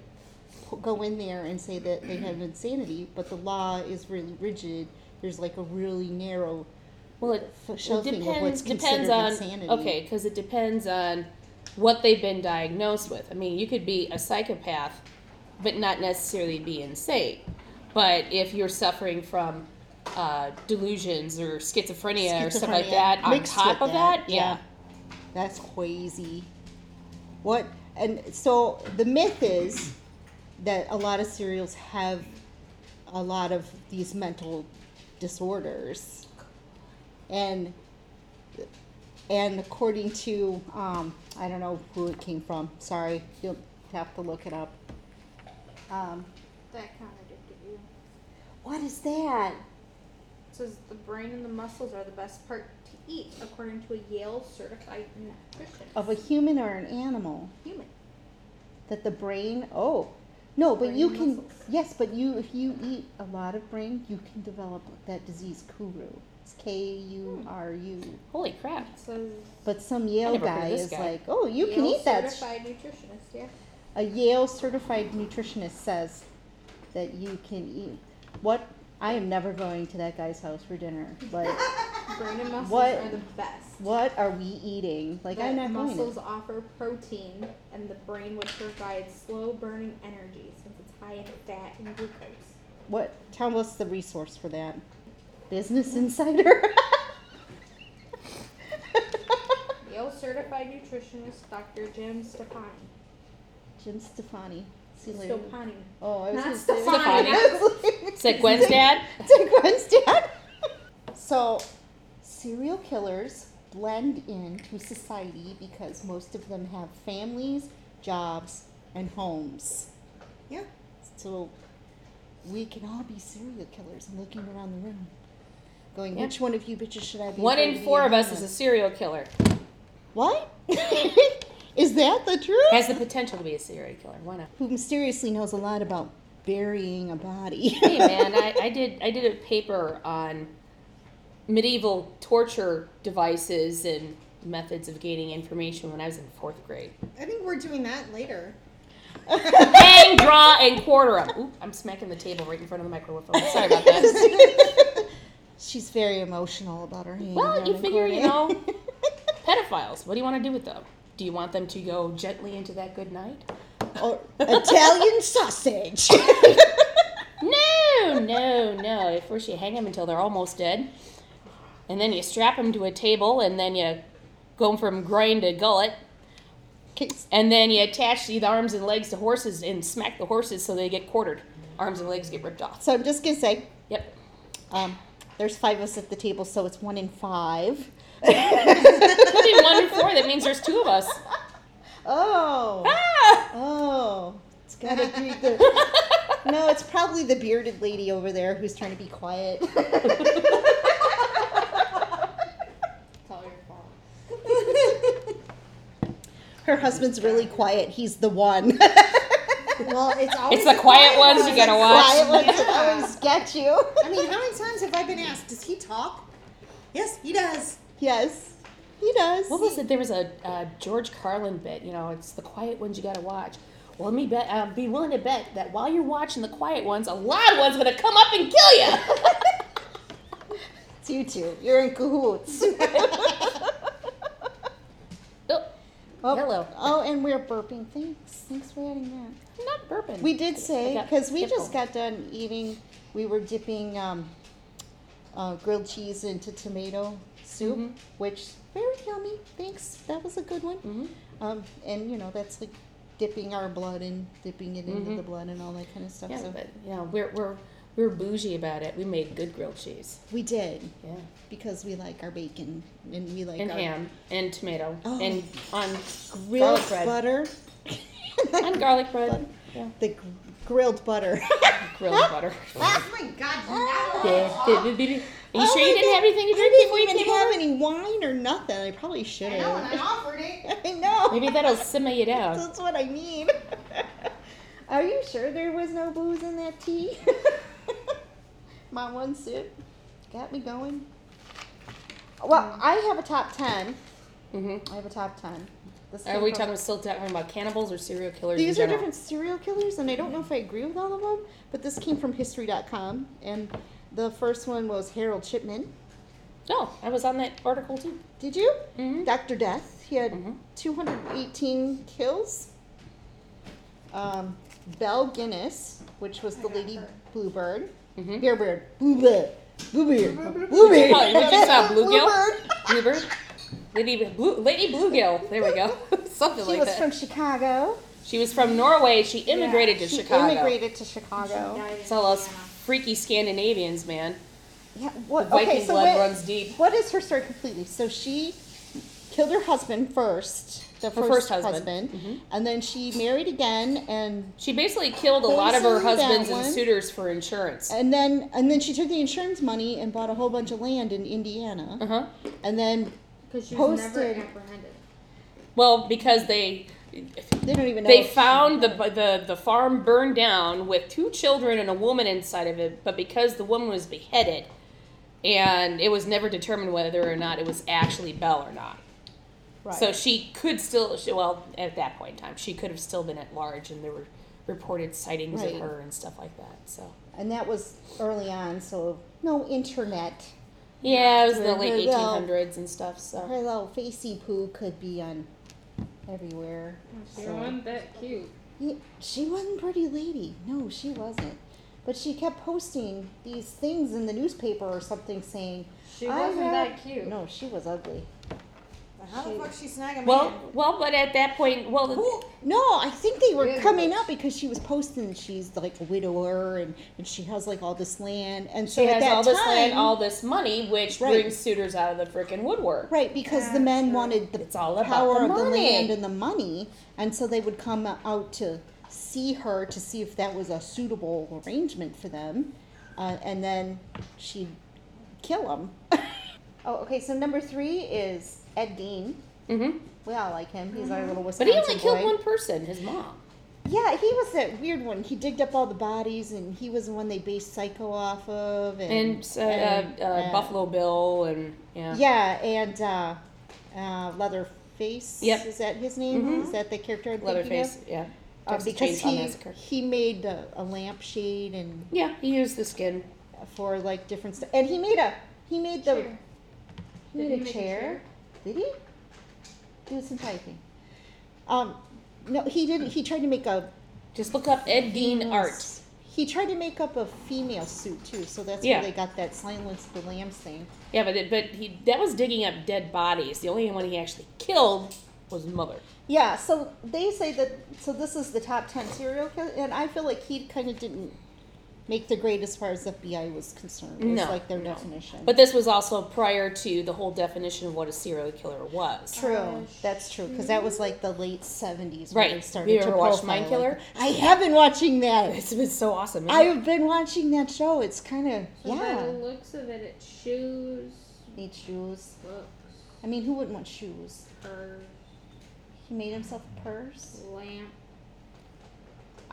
[SPEAKER 1] go in there and say that they have insanity, but the law is really rigid. There's like a really narrow
[SPEAKER 3] Well, it,
[SPEAKER 1] for
[SPEAKER 3] it
[SPEAKER 1] shelving of
[SPEAKER 3] depends.
[SPEAKER 1] what's
[SPEAKER 3] Depends
[SPEAKER 1] considered
[SPEAKER 3] on
[SPEAKER 1] insanity.
[SPEAKER 3] okay, because it depends on what they've been diagnosed with. I mean, you could be a psychopath, but not necessarily be insane. But if you're suffering from uh, delusions or schizophrenia, or stuff like
[SPEAKER 1] Schizophrenia,
[SPEAKER 3] that, on
[SPEAKER 1] mixed
[SPEAKER 3] top
[SPEAKER 1] with
[SPEAKER 3] of
[SPEAKER 1] that,
[SPEAKER 3] that, yeah.
[SPEAKER 1] That's crazy. What and so the myth is that a lot of cereals have a lot of these mental disorders, and and according to um, I don't know who it came from. Sorry, you'll have to look it up. Um,
[SPEAKER 5] That contradicted you.
[SPEAKER 1] what is that?
[SPEAKER 5] It says the brain and the muscles are the best part to eat, according to a Yale certified nutritionist.
[SPEAKER 1] Of a human or an animal?
[SPEAKER 5] human.
[SPEAKER 1] that the brain oh no but you
[SPEAKER 5] Brain
[SPEAKER 1] can
[SPEAKER 5] muscles.
[SPEAKER 1] yes but you if you eat a lot of brain you can develop that disease kuru it's
[SPEAKER 5] Hmm.
[SPEAKER 1] k-u-r-u
[SPEAKER 3] Holy crap!
[SPEAKER 5] It says
[SPEAKER 1] but some yale
[SPEAKER 3] never heard of
[SPEAKER 1] guy
[SPEAKER 3] this
[SPEAKER 1] is
[SPEAKER 3] guy.
[SPEAKER 1] like oh you
[SPEAKER 5] Yale
[SPEAKER 1] can eat that
[SPEAKER 5] certified nutritionist. Yeah.
[SPEAKER 1] a yale certified nutritionist says that you can eat what i am never going to that guy's house for dinner like
[SPEAKER 5] Brain and muscles
[SPEAKER 1] What?
[SPEAKER 5] are the best.
[SPEAKER 1] what are we eating like i'm
[SPEAKER 5] That
[SPEAKER 1] not going
[SPEAKER 5] muscles
[SPEAKER 1] to
[SPEAKER 5] offer protein, and the brain would provide slow burning energy since it's high in fat and glucose.
[SPEAKER 1] what tell us the resource for that business insider
[SPEAKER 5] Yale certified nutritionist Dr. Jim Stefani.
[SPEAKER 1] Jim Stefani. See you later.
[SPEAKER 5] Stefani.
[SPEAKER 1] Oh, I was
[SPEAKER 5] Not
[SPEAKER 1] gonna say-
[SPEAKER 5] Stefani.
[SPEAKER 3] It's like Gwen's dad.
[SPEAKER 1] It's like Gwen's dad. So, serial killers blend into society because most of them have families, jobs, and homes.
[SPEAKER 2] Yeah.
[SPEAKER 1] So, we can all be serial killers. I'm looking around the room, going,
[SPEAKER 3] Yeah.
[SPEAKER 1] which one of you bitches should I be?
[SPEAKER 3] One
[SPEAKER 1] afraid to
[SPEAKER 3] in
[SPEAKER 1] be
[SPEAKER 3] four of
[SPEAKER 1] alone
[SPEAKER 3] us is a
[SPEAKER 1] with?"
[SPEAKER 3] serial killer.
[SPEAKER 1] What? is that the truth?
[SPEAKER 3] Has the potential to be a serial killer. Why not?
[SPEAKER 1] Who mysteriously knows a lot about burying a body.
[SPEAKER 3] hey man, I, I did I did a paper on medieval torture devices and methods of gaining information when I was in fourth grade.
[SPEAKER 2] I think we're doing that later.
[SPEAKER 3] Hang, draw, and quarter 'em. Oop, I'm smacking the table right in front of the microphone. Sorry about that.
[SPEAKER 1] She's very emotional about her hand.
[SPEAKER 3] Well, you
[SPEAKER 1] on
[SPEAKER 3] figure, you
[SPEAKER 1] recording.
[SPEAKER 3] Pedophiles. What do you want to do with them? Do you want them to go gently into that good night?
[SPEAKER 1] or Italian sausage.
[SPEAKER 3] No, no, no. At first you hang them until they're almost dead, and then you strap them to a table, and then you go from groin to gullet,
[SPEAKER 1] Kiss-
[SPEAKER 3] And then you attach the arms and legs to horses and smack the horses so they get quartered. Arms and legs get ripped off.
[SPEAKER 1] so I'm just gonna say,
[SPEAKER 3] Yep.
[SPEAKER 1] um, there's five of us at the table, so it's one in five.
[SPEAKER 3] Could be one and four. That means there's two of us.
[SPEAKER 1] Oh,
[SPEAKER 3] Ah!
[SPEAKER 1] oh, it's gotta be the. No, it's probably the bearded lady over there who's trying to be quiet.
[SPEAKER 5] It's all your fault.
[SPEAKER 1] Her husband's really quiet. He's the one.
[SPEAKER 2] Well, it's always
[SPEAKER 3] It's the quiet ones you gotta watch.
[SPEAKER 1] Quiet ones that
[SPEAKER 2] Yeah.
[SPEAKER 1] always get you.
[SPEAKER 2] I mean, how many times have I been asked, does he talk? Yes, he does.
[SPEAKER 1] Yes, he does.
[SPEAKER 3] What was it? There was a uh, George Carlin bit. You know, it's the quiet ones you gotta watch. Well, let me bet. Uh, be willing to bet that while you're watching the quiet ones, a loud one's gonna come up and kill you.
[SPEAKER 1] It's you two. You're in cahoots.
[SPEAKER 3] oh,
[SPEAKER 1] Oh,
[SPEAKER 3] Hello.
[SPEAKER 1] Oh, and we're burping. Thanks. Thanks for adding that.
[SPEAKER 3] I'm not burping.
[SPEAKER 1] We did say
[SPEAKER 3] got
[SPEAKER 1] because we
[SPEAKER 3] nipple.
[SPEAKER 1] just got done eating. We were dipping um, uh, grilled cheese into tomato soup,
[SPEAKER 3] Mhm.
[SPEAKER 1] which very yummy. Thanks. That was a good one.
[SPEAKER 3] Mhm.
[SPEAKER 1] Um, and you know that's like dipping our blood and dipping it into the blood and all that kind of stuff.
[SPEAKER 3] Mm-hmm.
[SPEAKER 1] so
[SPEAKER 3] Yeah, but you know, we're we're we're bougie about it. We made good grilled cheese.
[SPEAKER 1] we did
[SPEAKER 3] Yeah.
[SPEAKER 1] because we like our bacon and we like
[SPEAKER 3] and
[SPEAKER 1] our
[SPEAKER 3] ham and tomato
[SPEAKER 1] Oh.
[SPEAKER 3] and on
[SPEAKER 1] grilled
[SPEAKER 3] garlic bread.
[SPEAKER 1] butter.
[SPEAKER 3] on garlic bread. Yeah,
[SPEAKER 1] the gr- grilled butter. Ah.
[SPEAKER 3] grilled butter.
[SPEAKER 2] Oh my god, you know.
[SPEAKER 3] Are you
[SPEAKER 1] Oh
[SPEAKER 3] sure you
[SPEAKER 1] my
[SPEAKER 3] didn't
[SPEAKER 1] God.
[SPEAKER 3] have anything to
[SPEAKER 1] I
[SPEAKER 3] drink
[SPEAKER 1] didn't
[SPEAKER 3] before you
[SPEAKER 1] even
[SPEAKER 3] came
[SPEAKER 1] have
[SPEAKER 3] over?
[SPEAKER 1] any wine or nothing. I probably should
[SPEAKER 2] I know, and I
[SPEAKER 1] have.
[SPEAKER 2] offered it.
[SPEAKER 1] I know.
[SPEAKER 3] Maybe that'll simmer you down.
[SPEAKER 1] That's what I mean. Are you sure there was no booze in that tea? My one sip got me going. Well, I have a top ten.
[SPEAKER 3] hmm
[SPEAKER 1] I have a top ten. This
[SPEAKER 3] Are
[SPEAKER 1] came
[SPEAKER 3] we
[SPEAKER 1] from-
[SPEAKER 3] talking still talking about cannibals or serial killers?
[SPEAKER 1] These
[SPEAKER 3] in
[SPEAKER 1] are
[SPEAKER 3] general?
[SPEAKER 1] different serial killers, and I don't know if I agree with all of them, but this came from history.com, and the first one was Harold Shipman.
[SPEAKER 3] No, I was on that article too.
[SPEAKER 1] Did you?
[SPEAKER 3] Mhm.
[SPEAKER 1] Dr. Death. He had
[SPEAKER 3] Mhm.
[SPEAKER 1] 218 kills. Um, Belle Guinness, which was the
[SPEAKER 5] I got
[SPEAKER 1] lady
[SPEAKER 5] her.
[SPEAKER 1] bluebird.
[SPEAKER 3] Mhm.
[SPEAKER 1] Bearbird. Bluebird. Bluebeard. Bluebeard.
[SPEAKER 3] Oh, you just saw bluegill?
[SPEAKER 1] Bluebird.
[SPEAKER 3] Bluebird, Lady Blue, Lady Bluegill. There we go. Something
[SPEAKER 1] She
[SPEAKER 3] like
[SPEAKER 1] was
[SPEAKER 3] that.
[SPEAKER 1] from Chicago.
[SPEAKER 3] she was from Norway. She immigrated to
[SPEAKER 1] She
[SPEAKER 3] Chicago.
[SPEAKER 1] immigrated to Chicago.
[SPEAKER 3] It's all us freaky Scandinavians, man.
[SPEAKER 1] Yeah, what,
[SPEAKER 3] Viking
[SPEAKER 1] okay, so
[SPEAKER 3] blood
[SPEAKER 1] what-
[SPEAKER 3] runs deep.
[SPEAKER 1] What is her story completely? So she killed her husband first, the
[SPEAKER 3] Her
[SPEAKER 1] first,
[SPEAKER 3] first husband. Mm-hmm.
[SPEAKER 1] and then she married again, and
[SPEAKER 3] She basically killed a lot of her
[SPEAKER 1] Basically that
[SPEAKER 3] husbands and
[SPEAKER 1] one.
[SPEAKER 3] suitors for insurance.
[SPEAKER 1] and then and then she took the insurance money and bought a whole bunch of land in Indiana,
[SPEAKER 3] Uh huh.
[SPEAKER 1] and then
[SPEAKER 5] Because she was
[SPEAKER 1] was
[SPEAKER 5] never
[SPEAKER 1] never Posted.
[SPEAKER 5] apprehended.
[SPEAKER 3] Well, because they
[SPEAKER 1] they don't even know.
[SPEAKER 3] they
[SPEAKER 1] if she-
[SPEAKER 3] found the, the the farm burned down with two children and a woman inside of it, but because the woman was beheaded, and it was never determined whether or not it was actually Belle or not.
[SPEAKER 1] right.
[SPEAKER 3] So she could still, she, well, at that point in time, she could have still been at large, and there were reported sightings
[SPEAKER 1] Right.
[SPEAKER 3] of her and stuff like that. So
[SPEAKER 1] and that was early on, so no internet.
[SPEAKER 3] yeah, it was in the
[SPEAKER 1] Very
[SPEAKER 3] late eighteen
[SPEAKER 1] well.
[SPEAKER 3] hundreds and stuff.
[SPEAKER 1] um, Her
[SPEAKER 3] So
[SPEAKER 1] little facey poo could be on everywhere.
[SPEAKER 4] She
[SPEAKER 1] so-
[SPEAKER 4] wasn't that cute.
[SPEAKER 1] Yeah, she wasn't a pretty lady. No, she wasn't. But she kept posting these things in the newspaper or something saying,
[SPEAKER 4] She
[SPEAKER 1] I
[SPEAKER 4] wasn't
[SPEAKER 1] had-
[SPEAKER 4] that cute.
[SPEAKER 1] no, she was ugly.
[SPEAKER 2] How the fuck she snag a
[SPEAKER 3] well,
[SPEAKER 2] man?
[SPEAKER 3] well, but at that point, well,
[SPEAKER 1] No, I think they were
[SPEAKER 4] Yeah.
[SPEAKER 1] coming up because she was posting that she's like a widower and, and she has like all this land. And so
[SPEAKER 3] she
[SPEAKER 1] at
[SPEAKER 3] has
[SPEAKER 1] that
[SPEAKER 3] all this
[SPEAKER 1] time,
[SPEAKER 3] land, all this money, which
[SPEAKER 1] Right.
[SPEAKER 3] brings suitors out of the freaking woodwork.
[SPEAKER 1] right, because the
[SPEAKER 5] Yeah,
[SPEAKER 1] men
[SPEAKER 5] sure.
[SPEAKER 1] wanted the
[SPEAKER 3] It's all about
[SPEAKER 1] power
[SPEAKER 3] the
[SPEAKER 1] of the
[SPEAKER 3] money.
[SPEAKER 1] land and the money. And so they would come out to see her to see if that was a suitable arrangement for them. Uh, and then she'd kill him. oh, okay. So number three is Ed Dean.
[SPEAKER 3] Mm-hmm.
[SPEAKER 1] We all like him. He's our little
[SPEAKER 3] But
[SPEAKER 1] Wisconsin
[SPEAKER 3] he only
[SPEAKER 1] boy.
[SPEAKER 3] killed one person, his mom.
[SPEAKER 1] Yeah, he was that weird one. He digged up all the bodies, and he was the one they based Psycho off of. And,
[SPEAKER 3] And, uh, uh, uh,
[SPEAKER 1] yeah.
[SPEAKER 3] Buffalo Bill and yeah.
[SPEAKER 1] Yeah, and uh, uh, Leatherface.
[SPEAKER 3] Yep.
[SPEAKER 1] Is that his name?
[SPEAKER 3] Mhm.
[SPEAKER 1] Is that the character? I'm thinking
[SPEAKER 3] Leatherface,
[SPEAKER 1] of?
[SPEAKER 3] yeah.
[SPEAKER 1] Uh,
[SPEAKER 3] Texas
[SPEAKER 1] because
[SPEAKER 3] Chainsaw
[SPEAKER 1] he
[SPEAKER 3] Massacre.
[SPEAKER 1] he made a, a lampshade and
[SPEAKER 3] Yeah, he used the skin.
[SPEAKER 1] for like different stuff, and he made a he made the
[SPEAKER 5] Chair.
[SPEAKER 1] he
[SPEAKER 4] Did
[SPEAKER 1] made
[SPEAKER 4] he
[SPEAKER 1] a
[SPEAKER 4] make a
[SPEAKER 1] chair.
[SPEAKER 4] chair?
[SPEAKER 1] Did he? He was some typing. Um, no, he didn't. He tried to make a
[SPEAKER 3] Just look up Ed Gein art.
[SPEAKER 1] He tried to make up a female suit too, so that's
[SPEAKER 3] Yeah.
[SPEAKER 1] where they got that silence the lambs thing.
[SPEAKER 3] Yeah, but it, but he that was digging up dead bodies. The only one he actually killed was mother.
[SPEAKER 1] Yeah, so they say that. So this is the top ten serial killer, and I feel like he kind of didn't make the grade as far as FBI was concerned. It was
[SPEAKER 3] No,
[SPEAKER 1] like their
[SPEAKER 3] no.
[SPEAKER 1] definition.
[SPEAKER 3] But this was also prior to the whole definition of what a serial killer was.
[SPEAKER 1] true, that's true, because that was like the late seventies when
[SPEAKER 3] Oh, Right.
[SPEAKER 1] they
[SPEAKER 3] Have
[SPEAKER 1] started
[SPEAKER 3] you
[SPEAKER 1] to
[SPEAKER 3] ever watched Mind
[SPEAKER 1] profile
[SPEAKER 3] Killer?
[SPEAKER 1] them. I have been watching that.
[SPEAKER 3] It's been so awesome. isn't
[SPEAKER 1] I
[SPEAKER 3] it?
[SPEAKER 1] have been watching that show. It's kind of
[SPEAKER 4] So By the
[SPEAKER 1] yeah.
[SPEAKER 4] looks of it, it's shoes,
[SPEAKER 1] Need shoes.
[SPEAKER 4] books,
[SPEAKER 1] I mean, who wouldn't want shoes?
[SPEAKER 4] purse,
[SPEAKER 1] He made himself a purse.
[SPEAKER 4] lamp.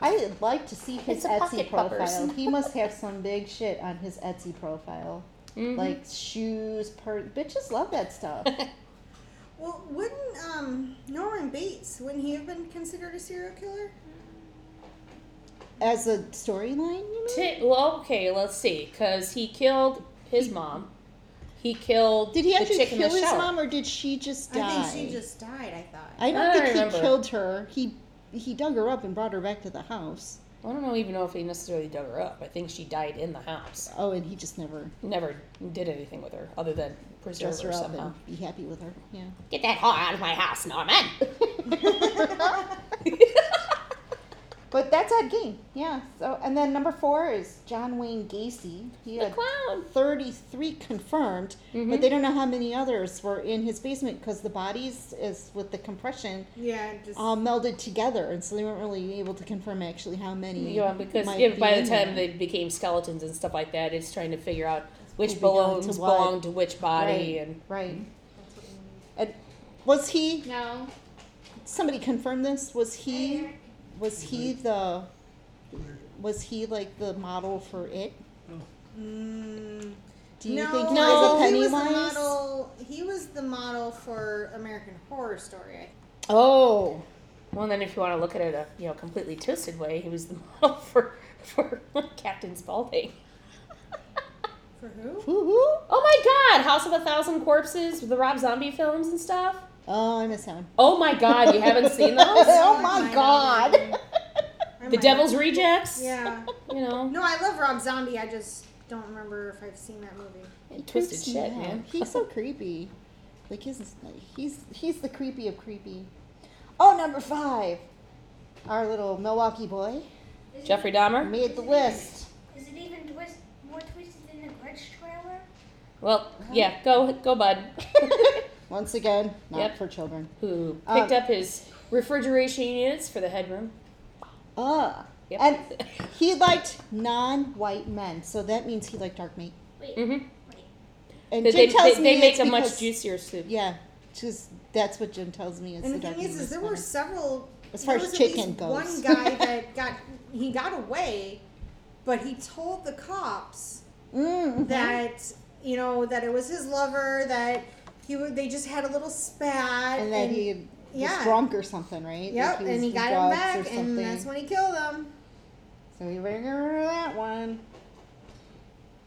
[SPEAKER 1] I would like to see his
[SPEAKER 3] It's a
[SPEAKER 1] Etsy
[SPEAKER 3] pocket puppers.
[SPEAKER 1] profile. he must have some big shit on his Etsy profile,
[SPEAKER 3] Mhm.
[SPEAKER 1] like shoes. Per bitches love that stuff.
[SPEAKER 2] Well, wouldn't um Norman Bates wouldn't he have been considered a serial killer?
[SPEAKER 1] As a storyline, you mean?
[SPEAKER 3] Ti- well, okay, let's see, because he killed his mom. He killed.
[SPEAKER 1] Did he
[SPEAKER 3] the
[SPEAKER 1] actually
[SPEAKER 3] chick in
[SPEAKER 1] kill
[SPEAKER 3] the
[SPEAKER 1] his
[SPEAKER 3] shower.
[SPEAKER 1] mom, or did she just die?
[SPEAKER 2] I think she just died. I thought.
[SPEAKER 1] I don't
[SPEAKER 3] I don't
[SPEAKER 1] think he
[SPEAKER 3] remember.
[SPEAKER 1] killed her. He he dug her up and brought her back to the house.
[SPEAKER 3] I don't know even know if he necessarily dug her up. I think she died in the house.
[SPEAKER 1] Oh, and he just never
[SPEAKER 3] Never did anything with her other than preserve
[SPEAKER 1] dressed
[SPEAKER 3] her
[SPEAKER 1] her up
[SPEAKER 3] somehow.
[SPEAKER 1] and be happy with her. Yeah.
[SPEAKER 3] Get that whore out of my house, Norman.
[SPEAKER 1] But that's Ed Gein. Yeah. So and then number four is John Wayne Gacy. He
[SPEAKER 3] the
[SPEAKER 1] had
[SPEAKER 3] clown.
[SPEAKER 1] 33 confirmed,
[SPEAKER 3] Mm-hmm.
[SPEAKER 1] but they don't know how many others were in his basement because the bodies, is with the compression,
[SPEAKER 2] Yeah, just
[SPEAKER 1] all melded together, and so they weren't really able to confirm actually how many.
[SPEAKER 3] Yeah, because
[SPEAKER 1] might
[SPEAKER 3] if
[SPEAKER 1] be
[SPEAKER 3] by
[SPEAKER 1] in
[SPEAKER 3] the time
[SPEAKER 1] there.
[SPEAKER 3] they became skeletons and stuff like that, it's trying to figure out which
[SPEAKER 1] Who belonged
[SPEAKER 3] bones
[SPEAKER 1] to what.
[SPEAKER 3] belong to which body
[SPEAKER 1] Right.
[SPEAKER 3] and
[SPEAKER 1] right, and was he?
[SPEAKER 4] No.
[SPEAKER 1] Somebody confirmed this. Was he? Was he the? Was he like the model for it?
[SPEAKER 2] Mm,
[SPEAKER 1] Do you
[SPEAKER 2] no,
[SPEAKER 1] think he
[SPEAKER 3] No.
[SPEAKER 1] was a
[SPEAKER 2] he was the
[SPEAKER 1] Pennywise?
[SPEAKER 2] model. He was the model for American Horror Story. I
[SPEAKER 1] Oh,
[SPEAKER 3] well then if you want to look at it a you know completely twisted way, he was the model for for Captain Spaulding.
[SPEAKER 2] For who?
[SPEAKER 1] woo-hoo.
[SPEAKER 3] Oh my god, House of a Thousand Corpses, the Rob Zombie films and stuff.
[SPEAKER 1] Oh, I miss that one.
[SPEAKER 3] Oh my god, you haven't seen those?
[SPEAKER 1] oh my god.
[SPEAKER 2] Or
[SPEAKER 3] The
[SPEAKER 2] my-
[SPEAKER 3] Devil's Rejects.
[SPEAKER 2] Yeah.
[SPEAKER 3] You know,
[SPEAKER 2] No, I love Rob Zombie. I just don't remember if I've seen that movie.
[SPEAKER 3] twisted
[SPEAKER 1] Creeps
[SPEAKER 3] shit,
[SPEAKER 1] me out.
[SPEAKER 3] man.
[SPEAKER 1] He's so creepy. Like he's he's he's the creepy of creepy. Oh, number five. Our little Milwaukee boy
[SPEAKER 6] Is
[SPEAKER 3] Jeffrey Dahmer.
[SPEAKER 1] made the list.
[SPEAKER 6] It, is it even twist, more twisted than the Grudge trailer?
[SPEAKER 3] Well,
[SPEAKER 1] Uh-huh.
[SPEAKER 3] yeah, go go bud.
[SPEAKER 1] Once again, not
[SPEAKER 3] Yep.
[SPEAKER 1] for children.
[SPEAKER 3] Who
[SPEAKER 1] Um,
[SPEAKER 3] picked up his refrigeration units for the headroom.
[SPEAKER 1] Ah.
[SPEAKER 3] Yep.
[SPEAKER 1] And he liked non-white men, so that means he liked dark meat.
[SPEAKER 6] Wait,
[SPEAKER 3] Mhm.
[SPEAKER 6] wait.
[SPEAKER 1] And
[SPEAKER 3] They,
[SPEAKER 1] Jim
[SPEAKER 3] they,
[SPEAKER 1] tells
[SPEAKER 3] they
[SPEAKER 1] me
[SPEAKER 3] make
[SPEAKER 1] it's
[SPEAKER 3] a much
[SPEAKER 1] because-
[SPEAKER 3] juicier soup.
[SPEAKER 1] Yeah, just that's what Jim tells me. Is
[SPEAKER 2] And
[SPEAKER 1] the
[SPEAKER 2] the
[SPEAKER 1] dark
[SPEAKER 2] thing is,
[SPEAKER 1] meat
[SPEAKER 2] is there
[SPEAKER 1] better.
[SPEAKER 2] were several.
[SPEAKER 1] As far
[SPEAKER 2] there
[SPEAKER 1] as
[SPEAKER 2] was at least
[SPEAKER 1] chicken goes.
[SPEAKER 2] one guy that got he got away, but he told the cops
[SPEAKER 1] Mm, mhm.
[SPEAKER 2] that you know that it was his lover that he would they just had a little spat
[SPEAKER 1] and then he was
[SPEAKER 2] yeah.
[SPEAKER 1] drunk or something, right?
[SPEAKER 2] yep
[SPEAKER 1] Like was
[SPEAKER 2] and he
[SPEAKER 1] on
[SPEAKER 2] got him
[SPEAKER 1] drugs or
[SPEAKER 2] back and that's
[SPEAKER 1] something.
[SPEAKER 2] when he killed him.
[SPEAKER 1] So he remember that one.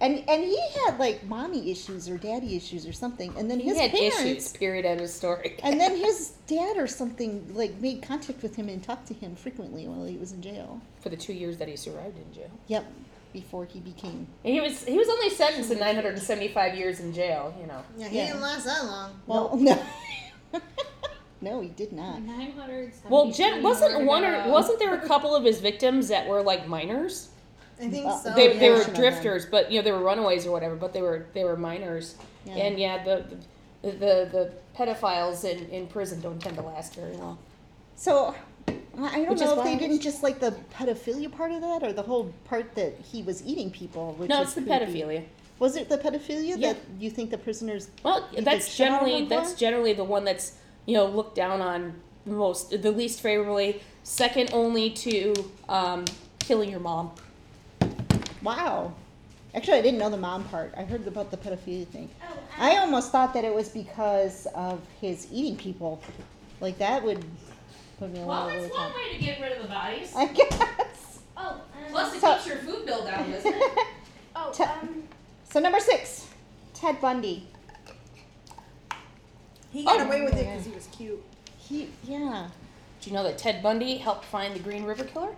[SPEAKER 1] And and he had like mommy issues or daddy issues or something, and then
[SPEAKER 3] He
[SPEAKER 1] his
[SPEAKER 3] had
[SPEAKER 1] parents.
[SPEAKER 3] issues. Period. End of story.
[SPEAKER 1] And then his dad or something like made contact with him and talked to him frequently while he was in jail.
[SPEAKER 3] for the two years that he survived in jail.
[SPEAKER 1] Yep, before he became
[SPEAKER 3] And he was he was only sentenced to 975 years in jail. You know.
[SPEAKER 2] Yeah, he
[SPEAKER 1] Yeah.
[SPEAKER 2] didn't last that long.
[SPEAKER 1] well, no, no, he did not.
[SPEAKER 4] 973
[SPEAKER 3] Well, Jen wasn't
[SPEAKER 4] years
[SPEAKER 3] one or
[SPEAKER 4] ago.
[SPEAKER 3] wasn't there a couple of his victims that were like minors?
[SPEAKER 2] I think
[SPEAKER 1] Uh,
[SPEAKER 2] so.
[SPEAKER 3] they,
[SPEAKER 1] yeah.
[SPEAKER 3] they were
[SPEAKER 1] Some of them.
[SPEAKER 3] drifters, but you know they were runaways or whatever. But they were they were minors.
[SPEAKER 1] Yeah.
[SPEAKER 3] And yeah, the the the, the pedophiles in, in prison don't tend to last very long.
[SPEAKER 1] So I I don't
[SPEAKER 3] Which is
[SPEAKER 1] know if
[SPEAKER 3] why I
[SPEAKER 1] they didn't
[SPEAKER 3] was-
[SPEAKER 1] just like the pedophilia part of that, or the whole part that he was eating people. Which
[SPEAKER 3] No,
[SPEAKER 1] is
[SPEAKER 3] it's the
[SPEAKER 1] creepy.
[SPEAKER 3] pedophilia.
[SPEAKER 1] Was it the pedophilia
[SPEAKER 3] Yeah.
[SPEAKER 1] that you think the prisoners?
[SPEAKER 3] Well,
[SPEAKER 1] You
[SPEAKER 3] that's
[SPEAKER 1] think shit on
[SPEAKER 3] generally
[SPEAKER 1] them
[SPEAKER 3] that's
[SPEAKER 1] for?
[SPEAKER 3] generally the one that's you know looked down on the most the least favorably, second only to um, killing your mom.
[SPEAKER 1] Wow. Actually, I didn't know the mom part. I heard about the pedophilia thing.
[SPEAKER 6] Oh,
[SPEAKER 1] I almost thought that it was because of his eating people. Like that would put me a
[SPEAKER 4] Well,
[SPEAKER 1] lot
[SPEAKER 4] that's one way to get rid of the bodies.
[SPEAKER 1] I guess.
[SPEAKER 6] oh,
[SPEAKER 4] Plus,
[SPEAKER 6] um,
[SPEAKER 4] it
[SPEAKER 1] So-
[SPEAKER 4] keeps your food bill down, doesn't it?
[SPEAKER 6] oh,
[SPEAKER 1] te-
[SPEAKER 6] um,
[SPEAKER 1] So number six, Ted Bundy.
[SPEAKER 2] he got
[SPEAKER 3] Oh.
[SPEAKER 2] away with it because he was cute.
[SPEAKER 1] He yeah.
[SPEAKER 3] Do you know that Ted Bundy helped find the Green River Killer?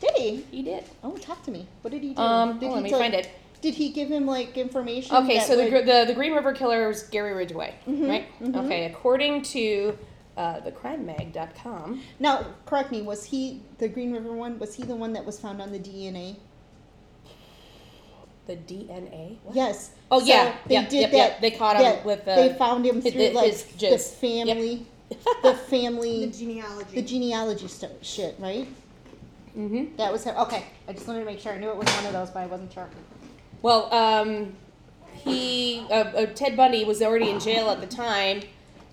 [SPEAKER 1] Did he?
[SPEAKER 3] He did.
[SPEAKER 1] Oh, talk to me. What did he do?
[SPEAKER 3] Um,
[SPEAKER 1] did
[SPEAKER 3] hold
[SPEAKER 1] he
[SPEAKER 3] on, let me
[SPEAKER 1] like-
[SPEAKER 3] find it.
[SPEAKER 1] Did he give him like information?
[SPEAKER 3] Okay,
[SPEAKER 1] that
[SPEAKER 3] so the,
[SPEAKER 1] would-
[SPEAKER 3] gr- the the Green River Killer was Gary Ridgway, right?
[SPEAKER 1] mhm.
[SPEAKER 3] Okay, according to uh, thecrimemag.com,
[SPEAKER 1] Now, correct me. Was he the Green River one? Was he the one that was found on the DNA?
[SPEAKER 3] the DNA. What?
[SPEAKER 1] Yes.
[SPEAKER 3] Oh
[SPEAKER 1] So
[SPEAKER 3] yeah,
[SPEAKER 1] They
[SPEAKER 3] yep,
[SPEAKER 1] did
[SPEAKER 3] yep,
[SPEAKER 1] that.
[SPEAKER 3] yep. They caught him
[SPEAKER 1] that-
[SPEAKER 3] with
[SPEAKER 1] they
[SPEAKER 3] the.
[SPEAKER 1] found him
[SPEAKER 3] hi-
[SPEAKER 1] through
[SPEAKER 3] hi-
[SPEAKER 1] like
[SPEAKER 3] his
[SPEAKER 1] the
[SPEAKER 3] jizz.
[SPEAKER 1] family, the
[SPEAKER 2] The
[SPEAKER 1] family,
[SPEAKER 2] genealogy.
[SPEAKER 1] the genealogy st- shit, right?
[SPEAKER 3] hmm
[SPEAKER 1] That was him. Okay, I just wanted to make sure. I knew it was one of those, but I wasn't sure.
[SPEAKER 3] Well, um, he uh, uh, Ted Bundy was already in jail at the time,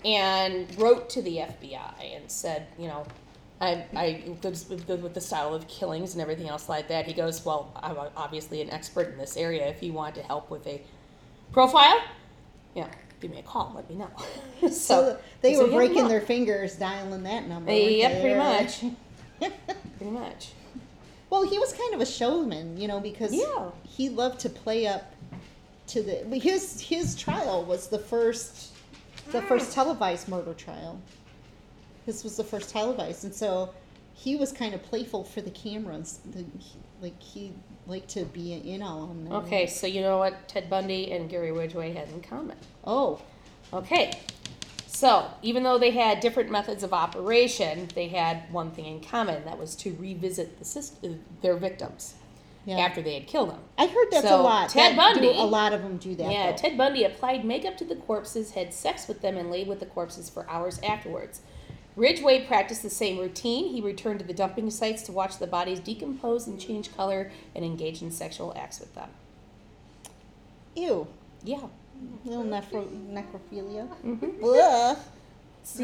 [SPEAKER 3] and wrote to the FBI and said, you know, I, I with, the- with the style of killings and everything else like that. He goes, well, I'm obviously an expert in this area. If you want to help with a profile, you know, give me a call. Let me know. so,
[SPEAKER 1] So, they
[SPEAKER 3] so
[SPEAKER 1] were
[SPEAKER 3] yeah,
[SPEAKER 1] breaking
[SPEAKER 3] yeah,
[SPEAKER 1] their fingers dialing that number. weren't
[SPEAKER 3] Yep,
[SPEAKER 1] they?
[SPEAKER 3] pretty
[SPEAKER 1] They were
[SPEAKER 3] much.
[SPEAKER 1] like-
[SPEAKER 3] Pretty much.
[SPEAKER 1] Well, he was kind of a showman, you know, because
[SPEAKER 3] Yeah.
[SPEAKER 1] he loved to play up to the but his his trial was the first the
[SPEAKER 3] Mm.
[SPEAKER 1] first televised murder trial. This was the first televised, and so he was kind of playful for the cameras. The, he, like he liked to be in on them.
[SPEAKER 3] Okay, so you know what Ted Bundy and Gary Ridgway had in common.
[SPEAKER 1] Oh,
[SPEAKER 3] Okay. So, even though they had different methods of operation, they had one thing in common that was to revisit the syst- uh, their victims
[SPEAKER 1] yeah.
[SPEAKER 3] after they had killed them.
[SPEAKER 1] I heard that's a
[SPEAKER 3] So,
[SPEAKER 1] lot.
[SPEAKER 3] Ted
[SPEAKER 1] That do-
[SPEAKER 3] Bundy-
[SPEAKER 1] a lot of them do that.
[SPEAKER 3] yeah,
[SPEAKER 1] though.
[SPEAKER 3] Ted Bundy applied makeup to the corpses, had sex with them, and lay with the corpses for hours afterwards. Ridgway practiced the same routine. He returned to the dumping sites to watch the bodies decompose and change color and engage in sexual acts with them.
[SPEAKER 1] Ew,
[SPEAKER 3] Yeah.
[SPEAKER 1] little nephro- necrophilia.
[SPEAKER 3] Mm-hmm.
[SPEAKER 1] Ugh.
[SPEAKER 3] See,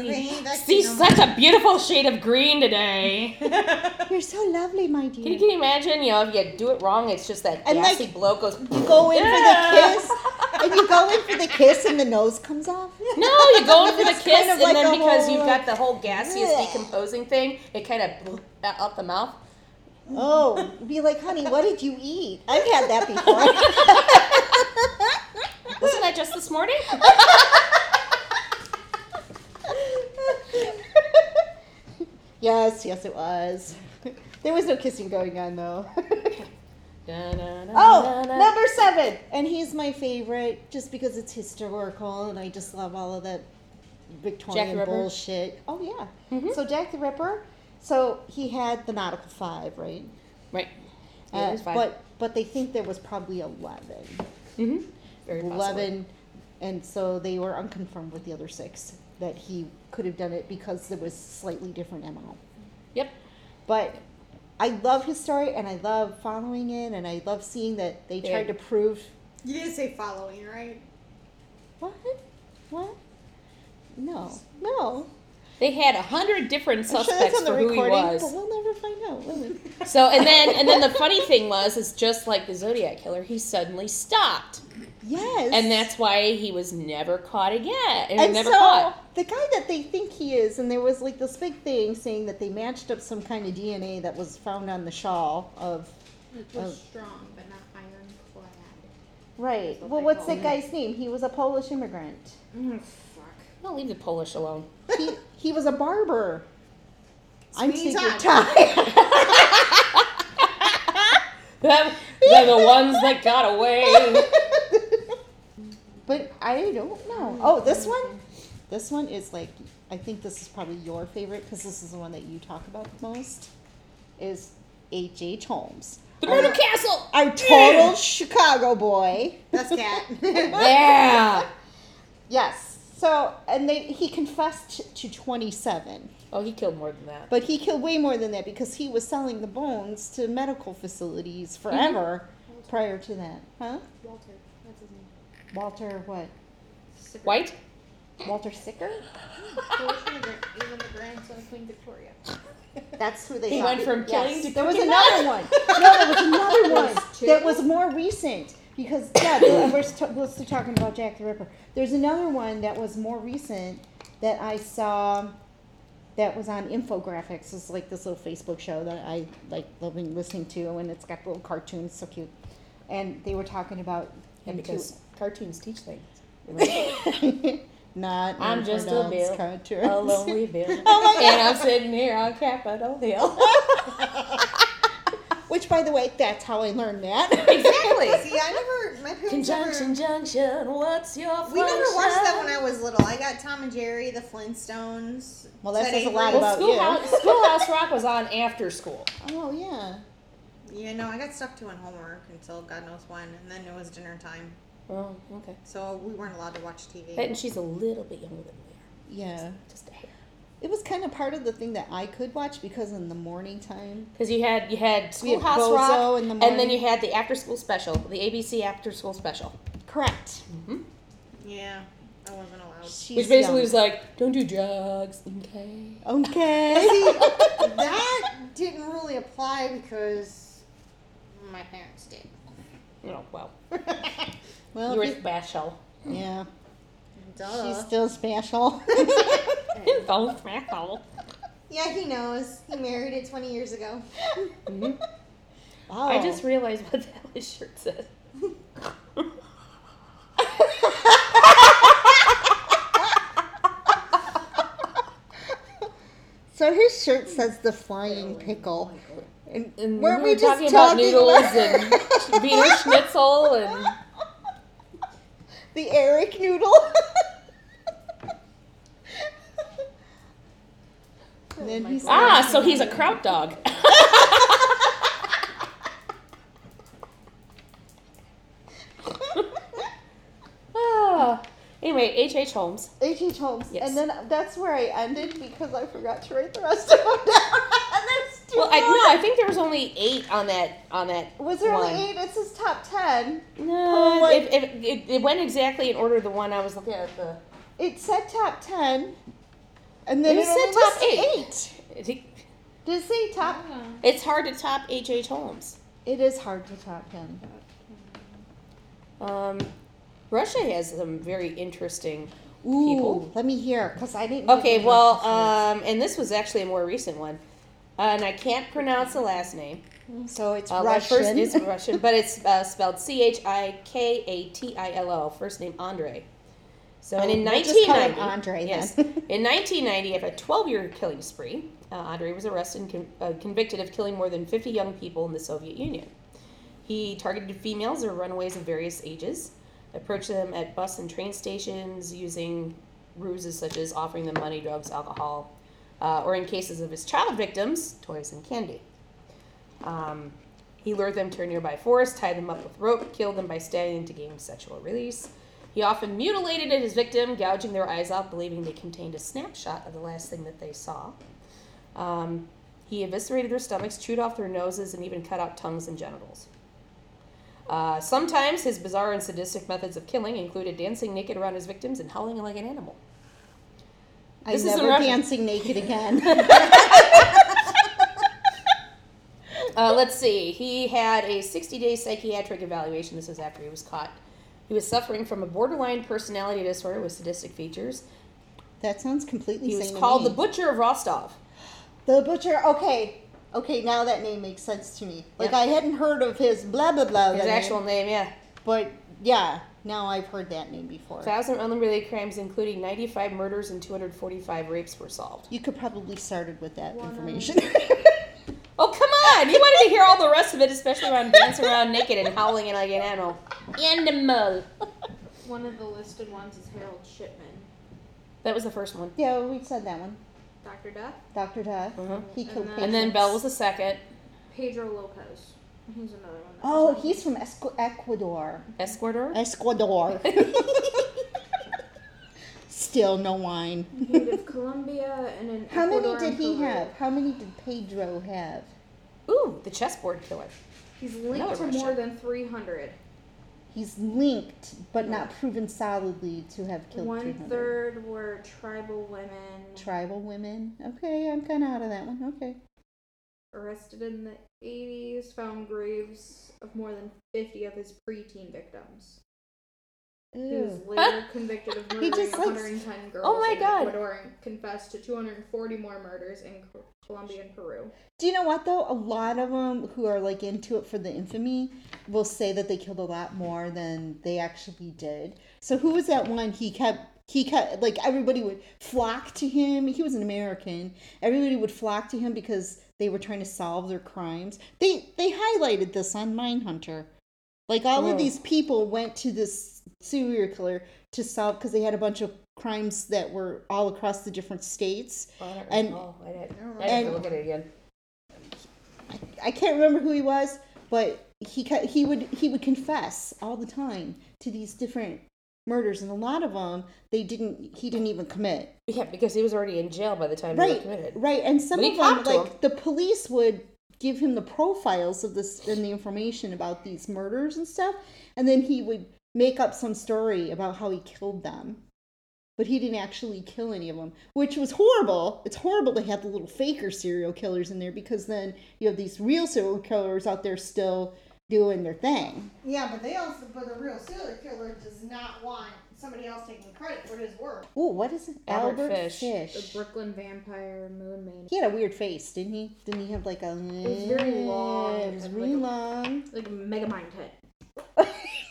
[SPEAKER 2] Okay, that's
[SPEAKER 3] see
[SPEAKER 2] cute.
[SPEAKER 3] such a beautiful shade of green today.
[SPEAKER 1] You're so lovely, my dear.
[SPEAKER 3] Can you, can you imagine, you know, if you do it wrong, it's just that
[SPEAKER 1] And,
[SPEAKER 3] gassy
[SPEAKER 1] like,
[SPEAKER 3] blow goes.
[SPEAKER 1] You go in
[SPEAKER 3] Yeah.
[SPEAKER 1] for the kiss, and you go in for the kiss, and the nose comes off.
[SPEAKER 3] No, you go in for the
[SPEAKER 1] It's
[SPEAKER 3] kiss,
[SPEAKER 1] kind of
[SPEAKER 3] and
[SPEAKER 1] like
[SPEAKER 3] then
[SPEAKER 1] a
[SPEAKER 3] because
[SPEAKER 1] whole,
[SPEAKER 3] you've got the whole gaseous
[SPEAKER 1] Bleh.
[SPEAKER 3] decomposing thing, it kind of up the mouth.
[SPEAKER 1] Oh, be like, honey, what did you eat? I've had that before.
[SPEAKER 3] Wasn't that just this morning?
[SPEAKER 1] yes, yes, it was. There was no kissing going on though.
[SPEAKER 3] oh,
[SPEAKER 1] oh, number seven, and he's my favorite just because it's historical, and I just love all of that Victorian
[SPEAKER 3] Ripper.
[SPEAKER 1] bullshit. Oh yeah.
[SPEAKER 3] Mhm.
[SPEAKER 1] So Jack the Ripper. So he had the nautical five, right?
[SPEAKER 3] Right. Yeah,
[SPEAKER 1] Uh,
[SPEAKER 3] there's five.
[SPEAKER 1] But but they think there was probably eleven.
[SPEAKER 3] hmm Very possible.
[SPEAKER 1] 11 and so they were unconfirmed with the other six that he could have done it because there was slightly different mo
[SPEAKER 3] Yep.
[SPEAKER 1] but i love his story and i love following it and i love seeing that they
[SPEAKER 3] Yeah.
[SPEAKER 1] tried to prove
[SPEAKER 2] You didn't say following, right?
[SPEAKER 1] what what no no
[SPEAKER 3] They had a hundred different
[SPEAKER 1] i'm sure
[SPEAKER 3] suspects
[SPEAKER 1] that's on the
[SPEAKER 3] for who he
[SPEAKER 1] recording but
[SPEAKER 3] was.
[SPEAKER 1] we'll never find out will we?
[SPEAKER 3] So and then and then the funny thing was is just like the Zodiac killer, he suddenly stopped,
[SPEAKER 1] yes
[SPEAKER 3] and that's why he was never caught again. And,
[SPEAKER 1] and
[SPEAKER 3] never
[SPEAKER 1] so
[SPEAKER 3] caught.
[SPEAKER 1] the guy that they think he is, and there was like this big thing saying that they matched up some kind of DNA that was found on the shawl of
[SPEAKER 4] Which
[SPEAKER 1] Oh.
[SPEAKER 4] was strong, but not ironclad.
[SPEAKER 1] Right.
[SPEAKER 4] what
[SPEAKER 1] Well,
[SPEAKER 4] they
[SPEAKER 1] what's
[SPEAKER 4] call
[SPEAKER 1] that guy's name? He was a Polish immigrant.
[SPEAKER 4] Mm, fuck.
[SPEAKER 3] No, leave the Polish alone.
[SPEAKER 1] He, he was a barber. I'm
[SPEAKER 2] Sweeney
[SPEAKER 1] taking
[SPEAKER 2] Todd.
[SPEAKER 1] time.
[SPEAKER 3] Them, they're the ones that got away.
[SPEAKER 1] but I don't know. Oh, this one? This one is like, I think this is probably your favorite because this is the one that you talk about the most. Is H.H. Holmes.
[SPEAKER 3] The Murder Castle.
[SPEAKER 1] Our total Chicago boy.
[SPEAKER 2] That's cat.
[SPEAKER 3] Yeah.
[SPEAKER 1] Yes. So, and they, he confessed to 27.
[SPEAKER 3] Oh, he killed more than that.
[SPEAKER 1] But he killed way more than that because he was selling the bones to medical facilities forever prior to that. Huh?
[SPEAKER 4] Walter. That's his name.
[SPEAKER 1] Walter what?
[SPEAKER 4] Sicker.
[SPEAKER 3] White.
[SPEAKER 1] Walter Sicker?
[SPEAKER 4] Polish immigrant, even the grandson of Queen Victoria.
[SPEAKER 1] That's who they
[SPEAKER 3] He
[SPEAKER 1] thought.
[SPEAKER 3] went from killing to
[SPEAKER 1] There was
[SPEAKER 3] cooking
[SPEAKER 1] another one. No, there was another one
[SPEAKER 4] two?
[SPEAKER 1] that was more recent because yeah, we're, st- we're still talking about Jack the Ripper. There's another one that was more recent that I saw that was on infographics. It's like this little Facebook show that I like loving listening to, and it's got little cartoons, so cute. And they were talking about
[SPEAKER 3] Yeah,
[SPEAKER 1] him too.
[SPEAKER 3] because cartoons teach things.
[SPEAKER 1] not
[SPEAKER 3] I'm just a
[SPEAKER 1] infidels,
[SPEAKER 3] bill,
[SPEAKER 1] cartoons.
[SPEAKER 3] a lonely bill,
[SPEAKER 1] Oh my
[SPEAKER 3] and I'm sitting here on Capitol Hill.
[SPEAKER 1] Which, by the way, that's how I learned that.
[SPEAKER 3] exactly.
[SPEAKER 2] See, I never. My parents
[SPEAKER 3] Conjunction,
[SPEAKER 2] never.
[SPEAKER 3] junction. What's your function?
[SPEAKER 2] We never watched that when I was little. I got Tom and Jerry, The Flintstones.
[SPEAKER 1] Well, that
[SPEAKER 2] Ted
[SPEAKER 1] says a
[SPEAKER 2] Avery.
[SPEAKER 1] lot
[SPEAKER 3] Well,
[SPEAKER 1] about- you.
[SPEAKER 3] Schoolhouse, Schoolhouse Rock was on after school.
[SPEAKER 1] oh yeah.
[SPEAKER 2] Yeah, no, I got stuck doing homework until God knows when, and then it was dinner time,
[SPEAKER 3] Oh, okay.
[SPEAKER 2] so we weren't allowed to watch TV.
[SPEAKER 3] Bet and she's a little bit younger than we are.
[SPEAKER 1] Yeah.
[SPEAKER 3] Just a hair.
[SPEAKER 1] It was kind of part of the thing that I could watch because in the morning time.
[SPEAKER 3] Because you had you had
[SPEAKER 1] We had
[SPEAKER 3] Schoolhouse
[SPEAKER 1] Bozo
[SPEAKER 3] Rock,
[SPEAKER 1] in the
[SPEAKER 3] and then
[SPEAKER 1] morning.
[SPEAKER 3] you had the after school special, the ABC after school special,
[SPEAKER 1] Correct.
[SPEAKER 2] yeah, I wasn't allowed.
[SPEAKER 1] She's
[SPEAKER 3] which basically
[SPEAKER 1] young.
[SPEAKER 3] was like, don't do drugs, okay?
[SPEAKER 1] okay.
[SPEAKER 2] that didn't really apply because my parents did.
[SPEAKER 3] Oh well,
[SPEAKER 1] well,
[SPEAKER 3] you were Uh.
[SPEAKER 1] if
[SPEAKER 3] special.
[SPEAKER 1] you- yeah,
[SPEAKER 2] Duh.
[SPEAKER 1] she's still special.
[SPEAKER 3] Don't smackle.
[SPEAKER 2] yeah, he knows. He married it 20 years ago.
[SPEAKER 1] Wow.
[SPEAKER 3] I just realized what the hell his shirt says.
[SPEAKER 1] so his shirt says the flying pickle, and,
[SPEAKER 3] And
[SPEAKER 1] weren't we,
[SPEAKER 3] were
[SPEAKER 1] just
[SPEAKER 3] talking about noodles
[SPEAKER 1] about-
[SPEAKER 3] and Wiener Schnitzel and
[SPEAKER 1] the Eric noodle? And then he said-
[SPEAKER 3] ah, so he's a kraut dog. Ah. Anyway, H. H. Holmes.
[SPEAKER 1] H. H. Holmes.
[SPEAKER 3] Yes.
[SPEAKER 1] And then that's where I ended because I forgot to write the rest of them down. and there's two
[SPEAKER 3] Well, I,
[SPEAKER 1] more.
[SPEAKER 3] no, I think there was only eight on that on that.
[SPEAKER 1] Was there
[SPEAKER 3] one.
[SPEAKER 1] only eight? It says top ten.
[SPEAKER 3] No,
[SPEAKER 1] what-
[SPEAKER 3] it, it, it, it went exactly in order. The one I was looking at the
[SPEAKER 1] It said top ten, and then
[SPEAKER 3] It
[SPEAKER 1] it,
[SPEAKER 3] said
[SPEAKER 1] only
[SPEAKER 3] top
[SPEAKER 1] lists
[SPEAKER 3] eight. Ah.
[SPEAKER 1] eight. Did it say top?
[SPEAKER 3] It's hard to top H. H. Holmes.
[SPEAKER 1] It is hard to top ten.
[SPEAKER 3] Um, Russia has some very interesting
[SPEAKER 1] Ooh,
[SPEAKER 3] people.
[SPEAKER 1] let me hear because I didn't. make
[SPEAKER 3] Okay,
[SPEAKER 1] any
[SPEAKER 3] well,
[SPEAKER 1] references.
[SPEAKER 3] um, and this was actually a more recent one, uh, and I can't pronounce the last name.
[SPEAKER 1] So it's
[SPEAKER 3] Uh, my
[SPEAKER 1] Russian.
[SPEAKER 3] first is Russian, but it's uh, spelled C H I K A T I L O. First name Andre. So and in
[SPEAKER 1] Oh, we'll just call him
[SPEAKER 3] 1990,
[SPEAKER 1] Andre then.
[SPEAKER 3] yes, in 1990, after a 12-year killing spree, uh, Andre was arrested and con- uh, convicted of killing more than 50 young people in the Soviet Union. He targeted females or runaways of various ages, approached them at bus and train stations using ruses such as offering them money, drugs, alcohol, uh, or in cases of his child victims, toys and candy. Um, he lured them to a nearby forest, tied them up with rope, killed them by stabbing to gain sexual release. He often mutilated his victim, gouging their eyes out, believing they contained a snapshot of the last thing that they saw. Um, he eviscerated their stomachs, chewed off their noses, and even cut out tongues and genitals. Uh, sometimes his bizarre and sadistic methods of killing included dancing naked around his victims and howling like an animal.
[SPEAKER 1] I'm
[SPEAKER 3] This is in
[SPEAKER 1] never
[SPEAKER 3] Russian.
[SPEAKER 1] dancing naked again.
[SPEAKER 3] Uh, let's see. He had a 60 day psychiatric evaluation. This was after he was caught. He was suffering from a borderline personality disorder with sadistic features.
[SPEAKER 1] that sounds completely.
[SPEAKER 3] He was
[SPEAKER 1] sane to
[SPEAKER 3] called
[SPEAKER 1] me.
[SPEAKER 3] the Butcher of Rostov.
[SPEAKER 1] The butcher. Okay, okay. Now that name makes sense to me. Like
[SPEAKER 3] Yeah.
[SPEAKER 1] I hadn't heard of his blah blah blah.
[SPEAKER 3] His
[SPEAKER 1] blah name,
[SPEAKER 3] actual name, yeah.
[SPEAKER 1] but yeah, now I've heard that name before.
[SPEAKER 3] 1,000 unrelated crimes, including 95 murders and 245 rapes, were solved.
[SPEAKER 1] you could probably started with that information.
[SPEAKER 3] Oh, come on! You wanted to hear all the rest of it, especially around dancing around naked and howling like an animal. Animal!
[SPEAKER 4] One of the listed ones is Harold Shipman.
[SPEAKER 3] That was the first one.
[SPEAKER 1] yeah, we said that one.
[SPEAKER 4] Dr. Duff?
[SPEAKER 1] Doctor Death.
[SPEAKER 3] Uh-huh.
[SPEAKER 1] He killed.
[SPEAKER 4] And
[SPEAKER 3] And then
[SPEAKER 1] patients.
[SPEAKER 3] Bell was the second.
[SPEAKER 5] Pedro Lopez. He's another one. that
[SPEAKER 1] Oh,
[SPEAKER 5] was on-
[SPEAKER 1] he's from Esqu- Ecuador.
[SPEAKER 3] Esquador?
[SPEAKER 1] Ecuador. Still no wine.
[SPEAKER 5] Native Colombia and an
[SPEAKER 1] How many
[SPEAKER 5] Ecuador
[SPEAKER 1] did
[SPEAKER 5] and
[SPEAKER 1] he
[SPEAKER 5] Peru.
[SPEAKER 1] have? How many did Pedro have?
[SPEAKER 3] Ooh, the chessboard killer.
[SPEAKER 5] He's linked
[SPEAKER 3] Another
[SPEAKER 5] to
[SPEAKER 3] Russian.
[SPEAKER 5] more than 300.
[SPEAKER 1] He's linked, but not proven solidly to have killed
[SPEAKER 5] One
[SPEAKER 1] 300.
[SPEAKER 5] third were tribal women
[SPEAKER 1] Tribal women. Okay, I'm kind of out of that one. Okay.
[SPEAKER 5] arrested in the 80s, found graves of more than 50 of his preteen victims. He was later convicted of
[SPEAKER 1] He
[SPEAKER 5] murdering
[SPEAKER 1] just Oh likes-
[SPEAKER 5] 110 girls
[SPEAKER 3] my
[SPEAKER 5] in
[SPEAKER 3] God.
[SPEAKER 5] Ecuador and confessed to 240 more murders in Co- Colombia and Peru.
[SPEAKER 1] Do you know what though? A lot of them who are like into it for the infamy will say that they killed a lot more than they actually did. So who was that one? He kept he kept like everybody would flock to him. He was an American. Everybody would flock to him because they were trying to solve their crimes. They they highlighted this on Mindhunter. Like all of these people went to this serial killer to solve because they had a bunch of crimes that were all across the different states.
[SPEAKER 3] Oh, I don't
[SPEAKER 1] And-
[SPEAKER 3] recall. I didn't.
[SPEAKER 2] don't
[SPEAKER 3] I have to
[SPEAKER 1] and-
[SPEAKER 3] look at it again.
[SPEAKER 1] I can't remember who he was, but he ca- he would he would confess all the time to these different murders, and a lot of them they didn't he didn't even commit.
[SPEAKER 3] Yeah, because he was already in jail by the time he
[SPEAKER 1] Right,
[SPEAKER 3] committed.
[SPEAKER 1] right, and some
[SPEAKER 3] But
[SPEAKER 1] of
[SPEAKER 3] he
[SPEAKER 1] them
[SPEAKER 3] talked to
[SPEAKER 1] like the police would give him the profiles of this and the information about these murders and stuff, and then he would make up some story about how he killed them. But he didn't actually kill any of them, which was horrible. It's horrible to have the little faker serial killers in there because then you have these real serial killers out there still doing their thing.
[SPEAKER 2] Yeah, but they also, but a real serial killer does not want somebody else taking credit for his work.
[SPEAKER 1] Ooh, what is it?
[SPEAKER 3] Albert Fish.
[SPEAKER 1] Fish.
[SPEAKER 5] The Brooklyn Vampire, Moon Man.
[SPEAKER 1] He had a weird face, didn't he? Didn't he have like a? It
[SPEAKER 5] was very long
[SPEAKER 1] It was
[SPEAKER 5] and
[SPEAKER 1] really
[SPEAKER 5] like a-
[SPEAKER 1] long.
[SPEAKER 5] Like a mega mind head.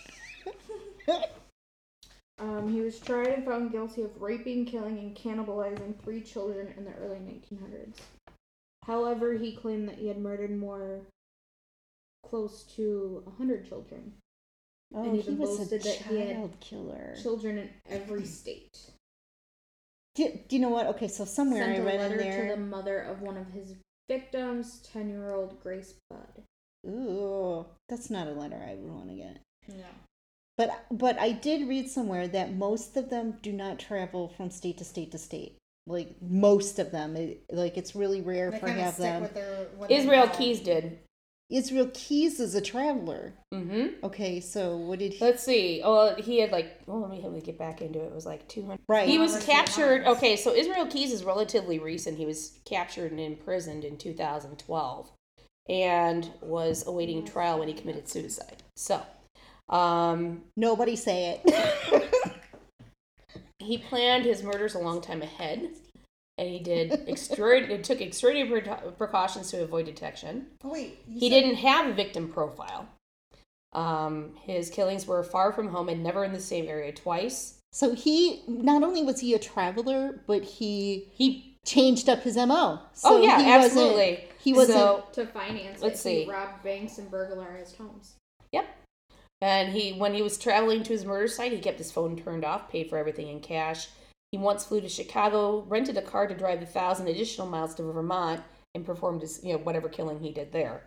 [SPEAKER 5] Um, he was tried and found guilty of raping, killing, and cannibalizing three children in the early 1900s. However, he claimed that he had murdered more close to 100 children.
[SPEAKER 1] Oh,
[SPEAKER 5] And
[SPEAKER 1] he
[SPEAKER 5] even
[SPEAKER 1] was a
[SPEAKER 5] boasted that he had
[SPEAKER 1] child killer.
[SPEAKER 5] Children in every state.
[SPEAKER 1] Do, do you know what? Okay, so somewhere
[SPEAKER 5] Sent
[SPEAKER 1] I
[SPEAKER 5] a
[SPEAKER 1] read in
[SPEAKER 5] letter to the
[SPEAKER 1] there.
[SPEAKER 5] mother of one of his victims, 10 year old Grace Budd.
[SPEAKER 1] Ooh, that's not a letter I would want to get.
[SPEAKER 5] No.
[SPEAKER 1] But but I did read somewhere that most of them do not travel from state to state to state. Like most of them, It- like it's really rare
[SPEAKER 2] They
[SPEAKER 1] for
[SPEAKER 2] kind of
[SPEAKER 1] have
[SPEAKER 2] stick
[SPEAKER 1] them.
[SPEAKER 2] with their what they
[SPEAKER 3] Israel
[SPEAKER 2] know.
[SPEAKER 3] Keys did.
[SPEAKER 1] Israel Keys is a traveler.
[SPEAKER 3] Mm-hmm.
[SPEAKER 1] Okay, so what did he?
[SPEAKER 3] Let's see. Well, he had like. Well, let me let me get back into it. It was like two hundred.
[SPEAKER 1] Right.
[SPEAKER 3] He was
[SPEAKER 2] Robert
[SPEAKER 3] captured.
[SPEAKER 2] Barnes.
[SPEAKER 3] Okay, so Israel Keys is relatively recent. He was captured and imprisoned in 2012, and was awaiting trial when he committed suicide. So, um,
[SPEAKER 1] Nobody say it.
[SPEAKER 3] he planned his murders a long time ahead. and he did extraordinary took extraordinary pre- precautions to avoid detection.
[SPEAKER 2] Oh, wait. you
[SPEAKER 3] He
[SPEAKER 2] said-
[SPEAKER 3] didn't have a victim profile. Um, his killings were far from home and never in the same area twice.
[SPEAKER 1] So he not only was he a traveler, but he
[SPEAKER 3] He
[SPEAKER 1] changed up his MO.
[SPEAKER 3] oh yeah
[SPEAKER 1] he wasn't-
[SPEAKER 3] absolutely
[SPEAKER 1] he wasn't
[SPEAKER 3] So-
[SPEAKER 5] to finance
[SPEAKER 3] Let's
[SPEAKER 5] it,
[SPEAKER 3] see.
[SPEAKER 5] he robbed banks and burglarized homes.
[SPEAKER 3] Yep. And he, when he was traveling to his murder site, he kept his phone turned off, paid for everything in cash. He once flew to Chicago, rented a car to drive a thousand additional miles to Vermont, and performed his, you know, whatever killing he did there.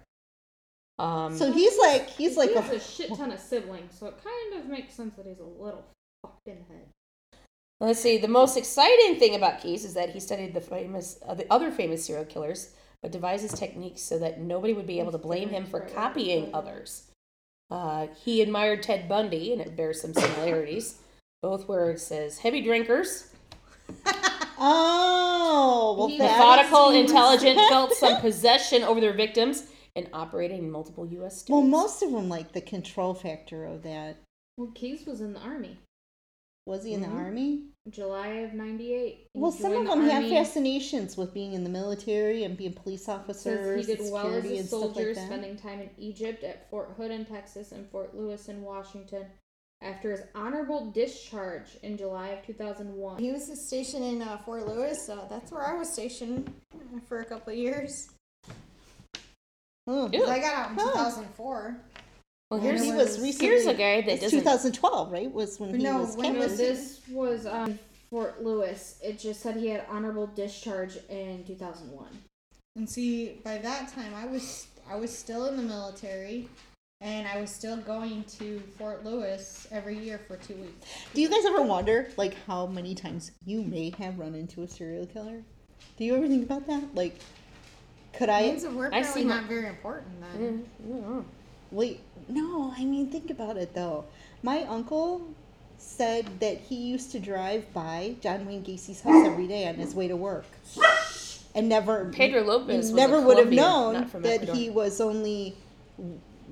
[SPEAKER 3] Um,
[SPEAKER 1] So he's like he's like
[SPEAKER 5] he
[SPEAKER 1] a,
[SPEAKER 5] has a shit ton of siblings, so it kind of makes sense that he's a little fucked in the head.
[SPEAKER 3] let's see. The most exciting thing about Case is that he studied the famous, uh, the other famous serial killers, but devised his techniques so that nobody would be able to blame him for copying others. Uh, he admired Ted Bundy, and it bears some similarities. Both were, it says, heavy drinkers.
[SPEAKER 1] oh well
[SPEAKER 5] He-
[SPEAKER 1] that
[SPEAKER 3] Methodical,
[SPEAKER 5] is-
[SPEAKER 3] intelligent, felt some possession over their victims, and operated in multiple U.S. states.
[SPEAKER 1] well most of them like the control factor of that.
[SPEAKER 5] Well, Keyes was in the army,
[SPEAKER 1] Was he in
[SPEAKER 3] Mhm.
[SPEAKER 1] the army?
[SPEAKER 5] July of '98. Mm-hmm. He
[SPEAKER 1] Well, some of
[SPEAKER 5] joined the
[SPEAKER 1] them have
[SPEAKER 5] army.
[SPEAKER 1] fascinations with being in the military and being police
[SPEAKER 5] Says
[SPEAKER 1] officers,
[SPEAKER 5] he
[SPEAKER 1] and
[SPEAKER 5] did well as
[SPEAKER 1] security,
[SPEAKER 5] a
[SPEAKER 1] and stuff
[SPEAKER 5] soldier,
[SPEAKER 1] like that.
[SPEAKER 5] spending time in Egypt at Fort Hood in Texas and Fort Lewis in Washington. After his honorable discharge in July of 2001,
[SPEAKER 2] He was stationed in uh, Fort Lewis, so that's where I was stationed for a couple of years.
[SPEAKER 1] Hmm.
[SPEAKER 2] 'Cause I got out in
[SPEAKER 1] Huh.
[SPEAKER 2] 2004.
[SPEAKER 3] well,
[SPEAKER 1] And
[SPEAKER 3] here's,
[SPEAKER 1] he
[SPEAKER 2] it
[SPEAKER 1] was
[SPEAKER 2] was-
[SPEAKER 1] recently.
[SPEAKER 3] here's a guy that
[SPEAKER 1] it's
[SPEAKER 3] doesn't.
[SPEAKER 1] 2012, right? Was when he
[SPEAKER 2] No,
[SPEAKER 1] was
[SPEAKER 2] when
[SPEAKER 5] no,
[SPEAKER 1] canvassed.
[SPEAKER 2] was
[SPEAKER 5] this was um, Fort Lewis. It just said he had honorable discharge in 2001.
[SPEAKER 2] And see, by that time, I was I was still in the military, and I was still going to Fort Lewis every year for two weeks.
[SPEAKER 1] Do you guys ever wonder, like, how many times you may have run into a serial killer? Do you ever think about that? Like, could I
[SPEAKER 2] of work
[SPEAKER 3] I see my-
[SPEAKER 2] very important then.
[SPEAKER 3] Mm, no.
[SPEAKER 1] wait? No, I mean, think about it though. My uncle said that he used to drive by John Wayne Gacy's house every day on his way to work, and never
[SPEAKER 3] Pedro Lopez was
[SPEAKER 1] you
[SPEAKER 3] a
[SPEAKER 1] never would have
[SPEAKER 3] Colombian,
[SPEAKER 1] known
[SPEAKER 3] not from
[SPEAKER 1] that
[SPEAKER 3] Ecuador.
[SPEAKER 1] he was only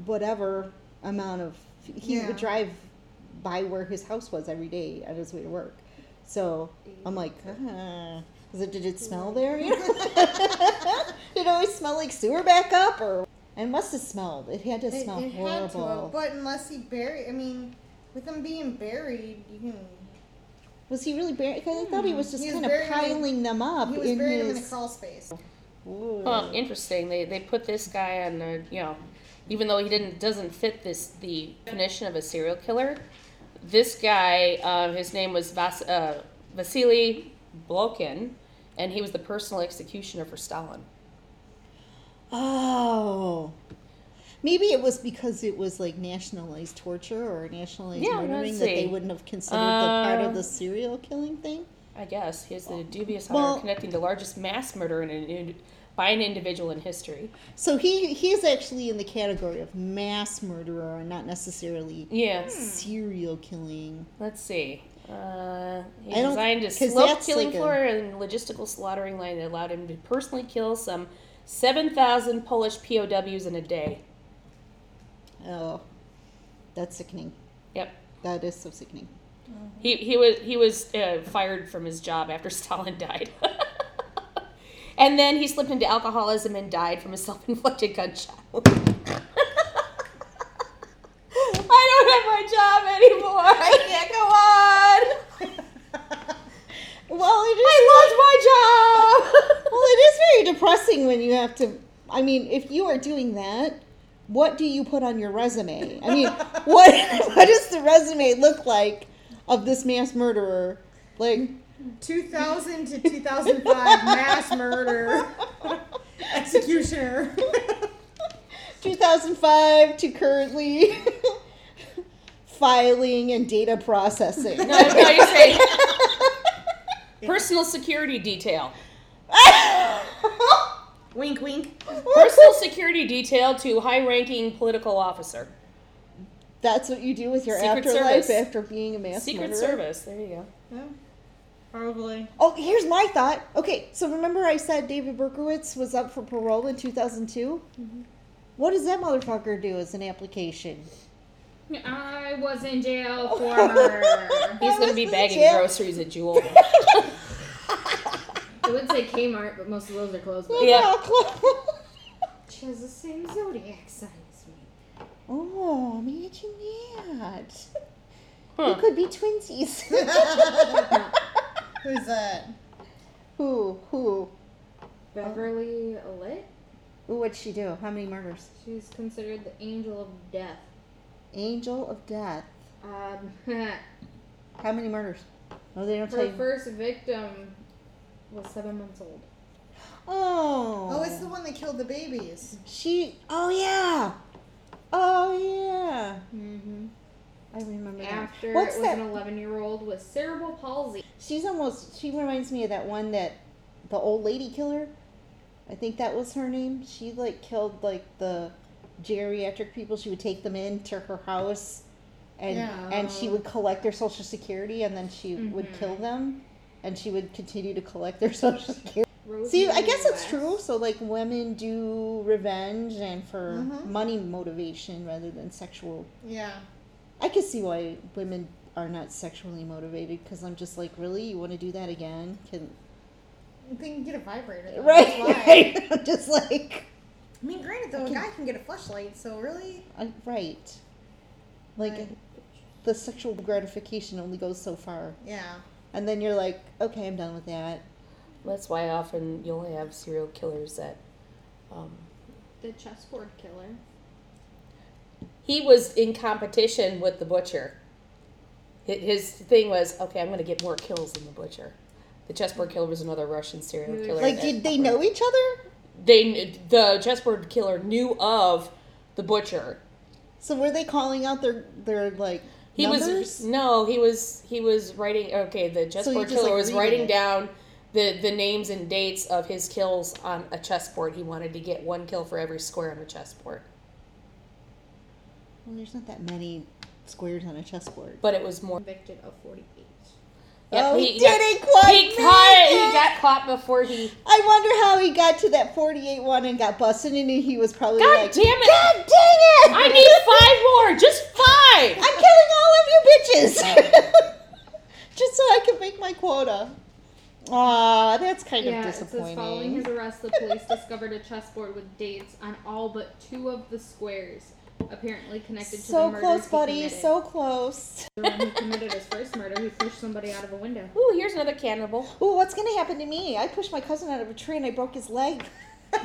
[SPEAKER 1] whatever amount of he
[SPEAKER 2] Yeah.
[SPEAKER 1] would drive by where his house was every day on his way to work. So I'm like, ah. Is it, did it smell there? You know? did it always smell like sewer backup or? It must have smelled. It had to
[SPEAKER 2] It,
[SPEAKER 1] smell
[SPEAKER 2] it had to,
[SPEAKER 1] horrible.
[SPEAKER 2] have, but unless he buried, I mean, with him being buried, you can.
[SPEAKER 1] was he really buried? 'cause I thought he was just
[SPEAKER 2] Hmm. He was
[SPEAKER 1] kind of
[SPEAKER 2] buried in-
[SPEAKER 1] piling them up
[SPEAKER 2] He was
[SPEAKER 1] in
[SPEAKER 2] buried
[SPEAKER 1] his.
[SPEAKER 2] him in a crawl space.
[SPEAKER 1] Ooh.
[SPEAKER 3] Well, interesting. They they put this guy on the you know, even though he didn't doesn't fit this the definition of a serial killer. This guy, uh, his name was Vas- uh, Vasily Blokin, and he was the personal executioner for Stalin.
[SPEAKER 1] Oh. Maybe it was because it was like nationalized torture or nationalized
[SPEAKER 3] Yeah,
[SPEAKER 1] murdering
[SPEAKER 3] let's
[SPEAKER 1] that they
[SPEAKER 3] see.
[SPEAKER 1] wouldn't have considered the part of
[SPEAKER 3] Uh,
[SPEAKER 1] the serial killing thing.
[SPEAKER 3] I guess he has the dubious honor
[SPEAKER 1] Well-
[SPEAKER 3] of connecting the largest mass murder in an ind- by an individual in history.
[SPEAKER 1] So he he's actually in the category of mass murderer and not necessarily
[SPEAKER 3] Yeah.
[SPEAKER 1] serial killing.
[SPEAKER 3] Let's see. Uh, he
[SPEAKER 1] I don't-
[SPEAKER 3] designed a
[SPEAKER 1] 'cause
[SPEAKER 3] slow
[SPEAKER 1] that's
[SPEAKER 3] killing
[SPEAKER 1] like a-
[SPEAKER 3] floor and logistical slaughtering line that allowed him to personally kill some 7,000 Polish POWs in a day.
[SPEAKER 1] Oh. That's sickening.
[SPEAKER 3] Yep.
[SPEAKER 1] That is so sickening.
[SPEAKER 3] He, he was he was uh, fired from his job after Stalin died, and then he slipped into alcoholism and died from a self-inflicted gunshot. I don't have my job anymore. I can't go on.
[SPEAKER 1] Well, it is
[SPEAKER 3] I lost my job.
[SPEAKER 1] Well, it is very depressing when you have to. I mean, if you are doing that, what do you put on your resume? I mean, what what does the resume look like of this mass murderer? Like,
[SPEAKER 2] 2000 to 2005 mass murder executioner.
[SPEAKER 1] 2005 to currently filing and data processing.
[SPEAKER 3] No, that's how you say. Personal security detail.
[SPEAKER 2] wink, wink.
[SPEAKER 3] Personal security detail to high-ranking political officer.
[SPEAKER 1] That's what you do with your
[SPEAKER 3] Secret
[SPEAKER 1] afterlife
[SPEAKER 3] Service.
[SPEAKER 1] after being a mass
[SPEAKER 3] Secret
[SPEAKER 1] murderer.
[SPEAKER 3] Service. There you go.
[SPEAKER 2] Probably.
[SPEAKER 1] Oh, here's my thought. Okay, so remember I said David Berkowitz was up for parole in 2002? Mm-hmm. What does that motherfucker do as an application?
[SPEAKER 5] I was in jail for murder.
[SPEAKER 3] He's
[SPEAKER 1] I
[SPEAKER 3] gonna
[SPEAKER 1] was
[SPEAKER 3] be
[SPEAKER 1] in
[SPEAKER 3] bagging
[SPEAKER 1] jail.
[SPEAKER 3] groceries at Jewel.
[SPEAKER 5] It would say Kmart, but most of those are closed. But
[SPEAKER 3] Yeah.
[SPEAKER 5] She has the same zodiac sign as me.
[SPEAKER 1] oh, imagine that.
[SPEAKER 3] Huh.
[SPEAKER 1] You could be twinsies.
[SPEAKER 2] Who's that?
[SPEAKER 1] who? Who?
[SPEAKER 5] Beverly Allit.
[SPEAKER 1] Ooh, What'd she do? How many murders?
[SPEAKER 5] She's considered the angel of death.
[SPEAKER 1] Angel of Death.
[SPEAKER 5] Um, her
[SPEAKER 1] How many murders? Oh, they don't tell you.
[SPEAKER 5] first victim was seven months old.
[SPEAKER 1] Oh.
[SPEAKER 2] Oh, it's the one that killed the babies.
[SPEAKER 1] She. Oh yeah. Oh yeah.
[SPEAKER 5] Mm-hmm.
[SPEAKER 1] I remember that.
[SPEAKER 5] After
[SPEAKER 1] What's
[SPEAKER 5] it was
[SPEAKER 1] that?
[SPEAKER 5] an 11 year old with cerebral palsy.
[SPEAKER 1] She's almost. She reminds me of that one that, the old lady killer. I think that was her name. She like killed like the geriatric people. She would take them into her house, and
[SPEAKER 2] Yeah. Mm-hmm.
[SPEAKER 1] and she would collect their social security, and then she would
[SPEAKER 5] Mhm.
[SPEAKER 1] kill them, and she would continue to collect their social security. See,
[SPEAKER 5] Rosemary
[SPEAKER 1] I guess it's
[SPEAKER 5] West.
[SPEAKER 1] true. So, like, women do revenge and for
[SPEAKER 2] Mhm.
[SPEAKER 1] money motivation rather than sexual.
[SPEAKER 2] Yeah.
[SPEAKER 1] I could see why women are not sexually motivated because I'm just like, really, you want to do that again? Can
[SPEAKER 2] They can get a vibrator. though.
[SPEAKER 1] right?
[SPEAKER 2] That's why.
[SPEAKER 1] Right? I'm just like,
[SPEAKER 2] I mean, granted though, a guy can get a flashlight, so really,
[SPEAKER 1] I, right? Like,
[SPEAKER 2] Right.
[SPEAKER 1] the sexual gratification only goes so far,
[SPEAKER 2] yeah.
[SPEAKER 1] and then you're like, okay, I'm done with that.
[SPEAKER 3] That's why often you'll have serial killers that. Um,
[SPEAKER 5] The chessboard killer.
[SPEAKER 3] he was in competition with the butcher. Hi- His thing was okay. I'm going to get more kills than the butcher. The chessboard killer was another Russian serial killer.
[SPEAKER 1] Like,
[SPEAKER 3] that-
[SPEAKER 1] did they know each other?
[SPEAKER 3] They the chessboard killer knew of the butcher.
[SPEAKER 1] So were they calling out their their like
[SPEAKER 3] He
[SPEAKER 1] numbers?
[SPEAKER 3] was no. He was he was writing. Okay, the chessboard
[SPEAKER 1] just,
[SPEAKER 3] killer
[SPEAKER 1] like,
[SPEAKER 3] was
[SPEAKER 1] reading
[SPEAKER 3] writing
[SPEAKER 1] it.
[SPEAKER 3] down the the names and dates of his kills on a chessboard. He wanted to get one kill for every square on the chessboard.
[SPEAKER 1] Well, there's not that many squares on a chessboard.
[SPEAKER 3] But it was more.
[SPEAKER 5] Convicted of 48.
[SPEAKER 1] oh, he,
[SPEAKER 3] got-
[SPEAKER 1] didn't quite
[SPEAKER 3] He
[SPEAKER 1] make
[SPEAKER 3] caught. He
[SPEAKER 1] it.
[SPEAKER 3] got caught before he.
[SPEAKER 1] I wonder how he got to that 48 one and got busted, and he was probably
[SPEAKER 3] God
[SPEAKER 1] like,
[SPEAKER 3] damn it!
[SPEAKER 1] God dang it!
[SPEAKER 3] I need five more. Just five.
[SPEAKER 1] I'm killing all of you bitches! Just so I can make my quota. Aw, that's kind of
[SPEAKER 5] Yeah, it says following
[SPEAKER 1] disappointing.
[SPEAKER 5] his arrest, the police discovered a chessboard with dates on all but two of the squares, apparently connected to the
[SPEAKER 1] So
[SPEAKER 5] murders
[SPEAKER 1] close,
[SPEAKER 5] he
[SPEAKER 1] buddy.
[SPEAKER 5] committed.
[SPEAKER 1] So close.
[SPEAKER 5] when he committed his first murder, he pushed somebody out of a window.
[SPEAKER 3] Ooh, here's another cannibal.
[SPEAKER 1] Ooh, what's gonna happen to me? I pushed my cousin out of a tree and I broke his leg.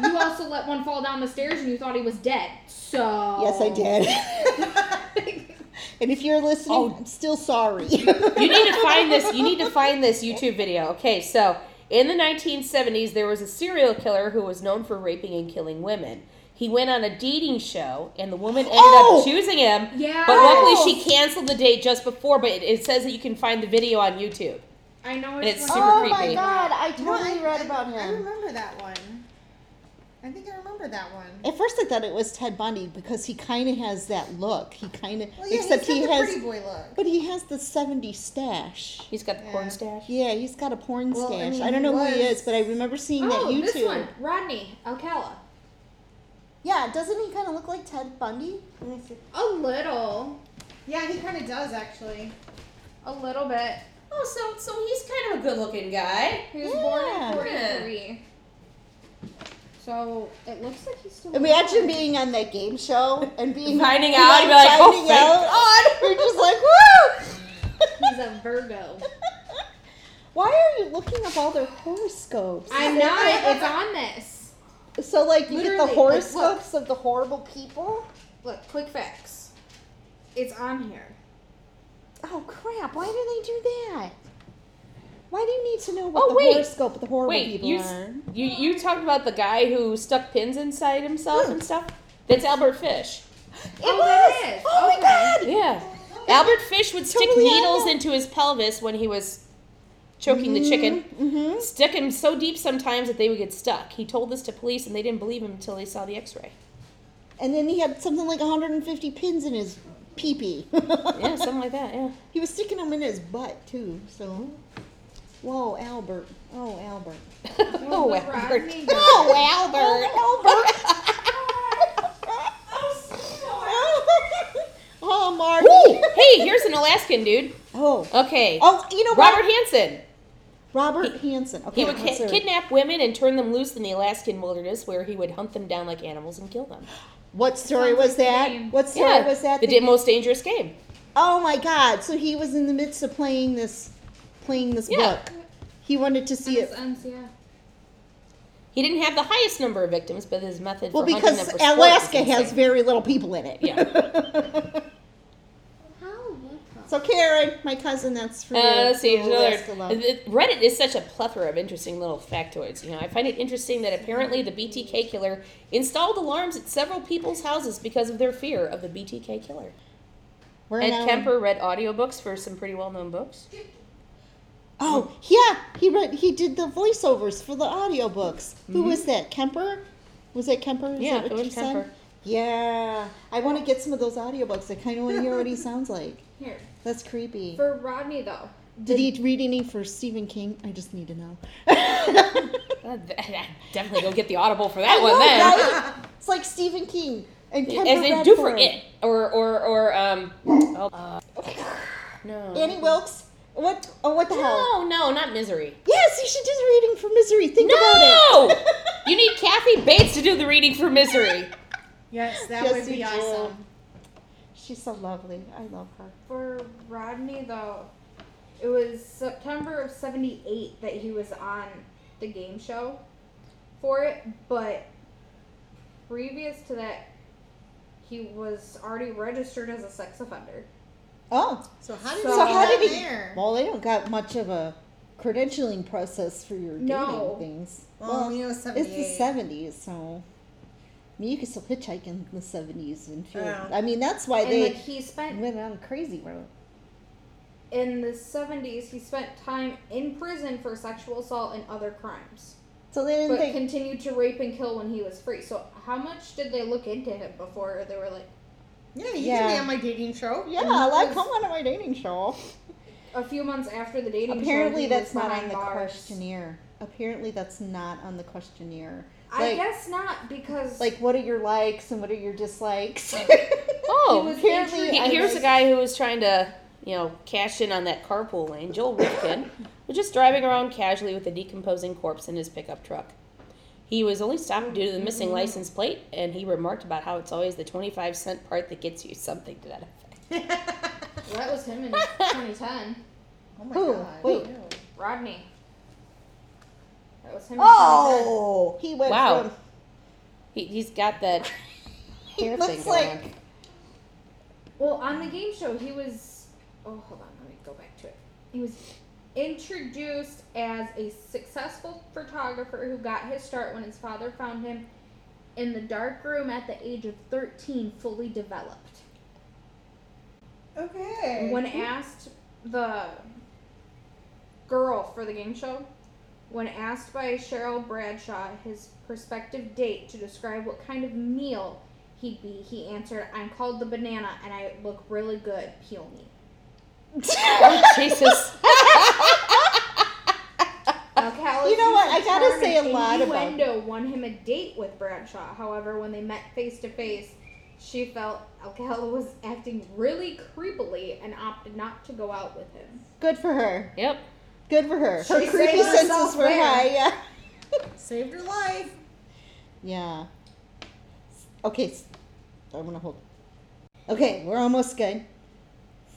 [SPEAKER 5] You also let one fall down the stairs, and you thought he was dead. So
[SPEAKER 1] Yes, I did. and if you're listening,
[SPEAKER 3] Oh.
[SPEAKER 1] I'm still sorry.
[SPEAKER 3] You need to find this. You need to find this YouTube video. Okay, so in the 1970s, there was a serial killer who was known for raping and killing women. He went on a dating show, and the woman ended
[SPEAKER 1] Oh!
[SPEAKER 3] up choosing him.
[SPEAKER 5] Yeah.
[SPEAKER 3] But luckily, she canceled the date just before. But it, it says that you can find the video on YouTube.
[SPEAKER 5] I know
[SPEAKER 3] And
[SPEAKER 5] it's,
[SPEAKER 3] it's super
[SPEAKER 5] one.
[SPEAKER 1] oh my
[SPEAKER 3] creepy.
[SPEAKER 1] god, I
[SPEAKER 2] No,
[SPEAKER 1] totally
[SPEAKER 2] I-
[SPEAKER 1] read
[SPEAKER 2] I-
[SPEAKER 1] about
[SPEAKER 2] I
[SPEAKER 1] him.
[SPEAKER 2] remember that one. I think I remember that one.
[SPEAKER 1] At first, I thought it was Ted Bundy because he kind of has that look. He kind of,
[SPEAKER 2] Well, yeah,
[SPEAKER 1] except
[SPEAKER 2] he's
[SPEAKER 1] he
[SPEAKER 2] got the
[SPEAKER 1] has,
[SPEAKER 2] pretty boy look.
[SPEAKER 1] but he has the 70 stash.
[SPEAKER 3] He's got the
[SPEAKER 2] Yeah.
[SPEAKER 3] porn stash.
[SPEAKER 1] Yeah, he's got a porn
[SPEAKER 2] Well, I
[SPEAKER 1] stash. I,
[SPEAKER 2] mean,
[SPEAKER 1] don't know who he
[SPEAKER 2] he was-
[SPEAKER 1] is, but I remember seeing that
[SPEAKER 5] Oh,
[SPEAKER 1] YouTube.
[SPEAKER 5] this one, Rodney Alcala.
[SPEAKER 1] Yeah, doesn't he kind of look like Ted Bundy?
[SPEAKER 5] A little,
[SPEAKER 2] Yeah, he kind of does actually.
[SPEAKER 5] a little bit.
[SPEAKER 3] Oh, so so he's kind of a good-looking guy.
[SPEAKER 5] He was born
[SPEAKER 1] Yeah.
[SPEAKER 5] in '43. So it looks like he's still.
[SPEAKER 1] Imagine being on that game show and being
[SPEAKER 3] Finding out and be like, oh,
[SPEAKER 1] finding
[SPEAKER 3] thank
[SPEAKER 1] out. We're just like, woo!
[SPEAKER 5] He's a Virgo.
[SPEAKER 1] Why are you looking up all their horoscopes?
[SPEAKER 5] I'm not. It's on this.
[SPEAKER 1] So, like, you get the
[SPEAKER 5] Literally, like, look.
[SPEAKER 1] horoscopes of the horrible people?
[SPEAKER 5] Look, quick facts. It's on here.
[SPEAKER 1] Oh, crap. Why do they do that? Why do you need to know what
[SPEAKER 3] Oh,
[SPEAKER 1] the
[SPEAKER 3] wait.
[SPEAKER 1] horoscope of the horrible
[SPEAKER 3] Wait,
[SPEAKER 1] people
[SPEAKER 3] you, s-
[SPEAKER 1] are?
[SPEAKER 3] you you talked about the guy who stuck pins inside himself and stuff. That's Albert Fish.
[SPEAKER 1] It
[SPEAKER 5] Oh,
[SPEAKER 1] was!
[SPEAKER 5] that is.
[SPEAKER 1] Oh,
[SPEAKER 5] Okay.
[SPEAKER 1] my God!
[SPEAKER 3] Yeah. Albert Fish would stick
[SPEAKER 1] Totally
[SPEAKER 3] needles
[SPEAKER 1] Albert.
[SPEAKER 3] into his pelvis when he was choking the chicken.
[SPEAKER 1] Mm-hmm.
[SPEAKER 3] Stick him so deep sometimes that they would get stuck. He told this to police and they didn't believe him until they saw the x ray.
[SPEAKER 1] And then he had something like 150 pins in his pee-pee.
[SPEAKER 3] Yeah, something like that, yeah.
[SPEAKER 1] He was sticking them in his butt, too, so... Whoa, Albert. Oh, Albert.
[SPEAKER 3] oh,
[SPEAKER 5] Well, the
[SPEAKER 3] Albert.
[SPEAKER 5] Rodney guy-
[SPEAKER 1] Oh, Albert. Albert. oh, Marty.
[SPEAKER 3] Ooh, hey, here's an Alaskan dude.
[SPEAKER 1] Oh.
[SPEAKER 3] Okay.
[SPEAKER 1] Oh, you know what?
[SPEAKER 3] Robert Hansen.
[SPEAKER 1] Robert Hansen. Okay,
[SPEAKER 3] He would
[SPEAKER 1] let's hear
[SPEAKER 3] ki-
[SPEAKER 1] it.
[SPEAKER 3] kidnap women and turn them loose in the Alaskan wilderness, where he would hunt them down like animals and kill them.
[SPEAKER 1] What story
[SPEAKER 4] Sounds
[SPEAKER 1] was
[SPEAKER 4] like the
[SPEAKER 1] that?
[SPEAKER 4] game.
[SPEAKER 1] What story
[SPEAKER 3] yeah,
[SPEAKER 1] was that?
[SPEAKER 3] the
[SPEAKER 1] that-
[SPEAKER 3] da- most dangerous game.
[SPEAKER 1] oh my God! So he was in the midst of playing this, playing this
[SPEAKER 3] Yeah.
[SPEAKER 1] book. He wanted to see it.
[SPEAKER 5] NCF.
[SPEAKER 3] He didn't have the highest number of victims, but his method
[SPEAKER 1] Well,
[SPEAKER 3] for hunting them
[SPEAKER 1] because
[SPEAKER 3] for sport was
[SPEAKER 1] Alaska
[SPEAKER 3] insane.
[SPEAKER 1] has very little people in it. Yeah.
[SPEAKER 6] How would
[SPEAKER 1] so Karen, my cousin, that's from
[SPEAKER 3] Uh, let's see,
[SPEAKER 1] the
[SPEAKER 3] here's another.
[SPEAKER 1] Alaska love.
[SPEAKER 3] th- Reddit is such a plethora of interesting little factoids. You know, I find it interesting that apparently the BTK killer installed alarms at several people's houses because of their fear of the BTK killer.
[SPEAKER 1] We're now-
[SPEAKER 3] Ed Kemper read audiobooks for some pretty well-known books.
[SPEAKER 1] Oh yeah, he read. He did the voiceovers for the audiobooks. Who was that? Kemper? Was that Kemper? Is
[SPEAKER 3] Mm-hmm. Yeah,
[SPEAKER 1] that
[SPEAKER 3] it was
[SPEAKER 1] you said?
[SPEAKER 3] Kemper.
[SPEAKER 1] Yeah, I want to get some of those audiobooks. I kind of want to hear what he sounds like.
[SPEAKER 5] Here.
[SPEAKER 1] That's creepy.
[SPEAKER 5] For Rodney, though.
[SPEAKER 1] Did he read any for Stephen King? I just need to know.
[SPEAKER 3] Uh, th- I'd definitely go get the audible for that one then.
[SPEAKER 1] Right? It's like Stephen King and Kemper
[SPEAKER 3] As they
[SPEAKER 1] read
[SPEAKER 3] do for
[SPEAKER 1] it.
[SPEAKER 3] it, or or or um, oh, uh, no,
[SPEAKER 1] Annie Wilkes. What? Oh, what the hell?
[SPEAKER 3] no, no, not misery.
[SPEAKER 1] Yes, you should do the reading for Misery. Think about
[SPEAKER 3] No,
[SPEAKER 1] it.
[SPEAKER 3] you need Kathy Bates to do the reading for Misery.
[SPEAKER 2] Yes, that
[SPEAKER 1] Yes,
[SPEAKER 2] would
[SPEAKER 1] you
[SPEAKER 2] be
[SPEAKER 1] do.
[SPEAKER 2] awesome.
[SPEAKER 1] She's so lovely. I love her.
[SPEAKER 5] For Rodney, though, it was September of 78 that he was on the game show for it, but previous to that, he was already registered as a sex offender.
[SPEAKER 1] Oh.
[SPEAKER 2] So how did
[SPEAKER 5] So
[SPEAKER 2] you
[SPEAKER 5] how
[SPEAKER 2] get that
[SPEAKER 1] did he-
[SPEAKER 2] there?
[SPEAKER 1] Well, they don't got much of a credentialing process for your dating
[SPEAKER 5] No.
[SPEAKER 1] things.
[SPEAKER 2] Well,
[SPEAKER 1] Well,
[SPEAKER 2] you know,
[SPEAKER 1] it's the
[SPEAKER 2] 78.
[SPEAKER 1] seventies, so I mean, you could still hitchhike in the seventies and feel.
[SPEAKER 2] Yeah.
[SPEAKER 1] I mean, that's why
[SPEAKER 5] And
[SPEAKER 1] they
[SPEAKER 5] like he spent
[SPEAKER 1] went on a crazy road.
[SPEAKER 5] in the 70s, he spent time in prison for sexual assault and other crimes,
[SPEAKER 1] So they didn't
[SPEAKER 5] but
[SPEAKER 1] think.
[SPEAKER 5] continued to rape and kill when he was free. So how much did they look into him before they were like
[SPEAKER 2] Yeah, you
[SPEAKER 1] Yeah. Oh,
[SPEAKER 2] can be on my dating show.
[SPEAKER 1] yeah, I like come on to my dating show.
[SPEAKER 5] a few months after the dating show,
[SPEAKER 1] Apparently,
[SPEAKER 5] he
[SPEAKER 1] that's
[SPEAKER 5] was
[SPEAKER 1] not on
[SPEAKER 5] behind
[SPEAKER 1] the
[SPEAKER 5] bars.
[SPEAKER 1] questionnaire. Apparently, that's not on the questionnaire.
[SPEAKER 5] I
[SPEAKER 1] Like-
[SPEAKER 5] guess not because
[SPEAKER 1] Like, what are your likes and what are your dislikes?
[SPEAKER 5] He
[SPEAKER 3] Oh,
[SPEAKER 5] was
[SPEAKER 1] apparently
[SPEAKER 5] intrigued.
[SPEAKER 1] I
[SPEAKER 3] here's a guy who was trying to, you know, cash in on that carpool lane. Joel Rifkin was just driving around casually with a decomposing corpse in his pickup truck. He was only stopped due to the missing
[SPEAKER 1] Mm-hmm.
[SPEAKER 3] license plate, and he remarked about how it's always the 25 cent part that gets you something to that effect.
[SPEAKER 5] Well, that was him in 2010.
[SPEAKER 2] Oh my
[SPEAKER 1] Who?
[SPEAKER 2] god.
[SPEAKER 1] Wait.
[SPEAKER 2] no.
[SPEAKER 5] Rodney. That was him. in
[SPEAKER 1] oh, he went
[SPEAKER 3] Wow.
[SPEAKER 1] from
[SPEAKER 3] He, he's got that
[SPEAKER 1] He
[SPEAKER 3] hair thing
[SPEAKER 1] looks
[SPEAKER 3] going
[SPEAKER 1] like-
[SPEAKER 3] on.
[SPEAKER 5] 2010. Well, on the game show, he was. Oh, hold on. Let me go back to it. He was introduced as a successful photographer who got his start when his father found him in the dark room at the age of 13, fully developed.
[SPEAKER 2] Okay.
[SPEAKER 5] When asked the girl for the game show, when asked by Cheryl Bradshaw his prospective date to describe what kind of meal he'd be, he answered, I'm called the banana and I look really good. Peel me.
[SPEAKER 3] Oh, Jesus.
[SPEAKER 5] Now, Callie's
[SPEAKER 1] You know what?
[SPEAKER 5] use of
[SPEAKER 1] I gotta
[SPEAKER 5] charm
[SPEAKER 1] say
[SPEAKER 5] and
[SPEAKER 1] a lot about-
[SPEAKER 5] innuendo won him a date with Bradshaw. However, when they met face to face, she felt Alcala was acting really creepily and opted not to go out with him.
[SPEAKER 1] Good for her.
[SPEAKER 3] Yep.
[SPEAKER 1] Good for her. Her
[SPEAKER 2] She
[SPEAKER 1] creepy
[SPEAKER 2] saved
[SPEAKER 1] senses
[SPEAKER 2] herself
[SPEAKER 1] were
[SPEAKER 2] there.
[SPEAKER 1] high. Yeah.
[SPEAKER 2] Saved her life.
[SPEAKER 1] yeah. Okay. s- I'm gonna hold. Okay, we're almost good.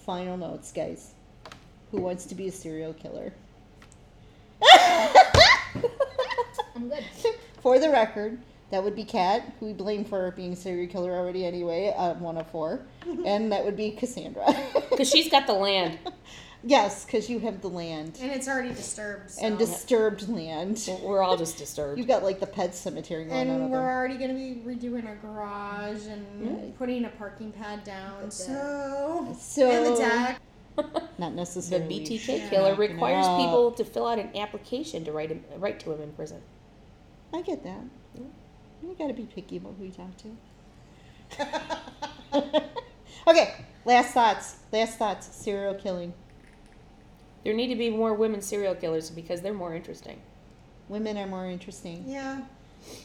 [SPEAKER 1] Final notes, guys. Who wants to be a serial killer?
[SPEAKER 5] I'm good.
[SPEAKER 1] for the record, that would be Kat, who we blame for being a serial killer already anyway, uh, 104. and that would be Cassandra.
[SPEAKER 3] Because she's got the land.
[SPEAKER 1] yes, because you have the land.
[SPEAKER 2] And it's already disturbed. So.
[SPEAKER 1] And disturbed land.
[SPEAKER 3] We're all just disturbed.
[SPEAKER 1] You've got like the pet cemetery going on
[SPEAKER 2] And
[SPEAKER 1] over
[SPEAKER 2] we're
[SPEAKER 1] there.
[SPEAKER 2] already going to be redoing our garage and putting a parking pad down. So.
[SPEAKER 1] So
[SPEAKER 2] And the deck.
[SPEAKER 1] not
[SPEAKER 3] The
[SPEAKER 1] necessarily.
[SPEAKER 3] BTK
[SPEAKER 2] Yeah.
[SPEAKER 3] killer
[SPEAKER 1] Knocking it
[SPEAKER 3] requires
[SPEAKER 1] out.
[SPEAKER 3] people to fill out an application to write him, write to him in prison.
[SPEAKER 1] I get that. You got to be picky about who you talk to. okay, last thoughts. Last thoughts. Serial killing.
[SPEAKER 3] There need to be more women serial killers because they're more interesting.
[SPEAKER 1] Women are more interesting,
[SPEAKER 2] Yeah.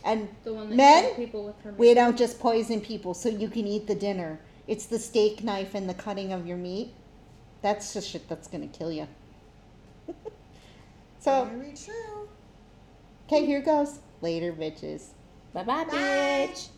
[SPEAKER 1] and
[SPEAKER 5] The one that
[SPEAKER 1] Men?
[SPEAKER 5] killed people with her
[SPEAKER 1] we don't just poison people so you can eat the dinner. It's the steak knife and the cutting of your meat. That's the shit that's gonna kill you.
[SPEAKER 2] Oh.
[SPEAKER 1] So,
[SPEAKER 2] Very true.
[SPEAKER 1] okay, here goes. Later, bitches.
[SPEAKER 3] Bye bye, bitch.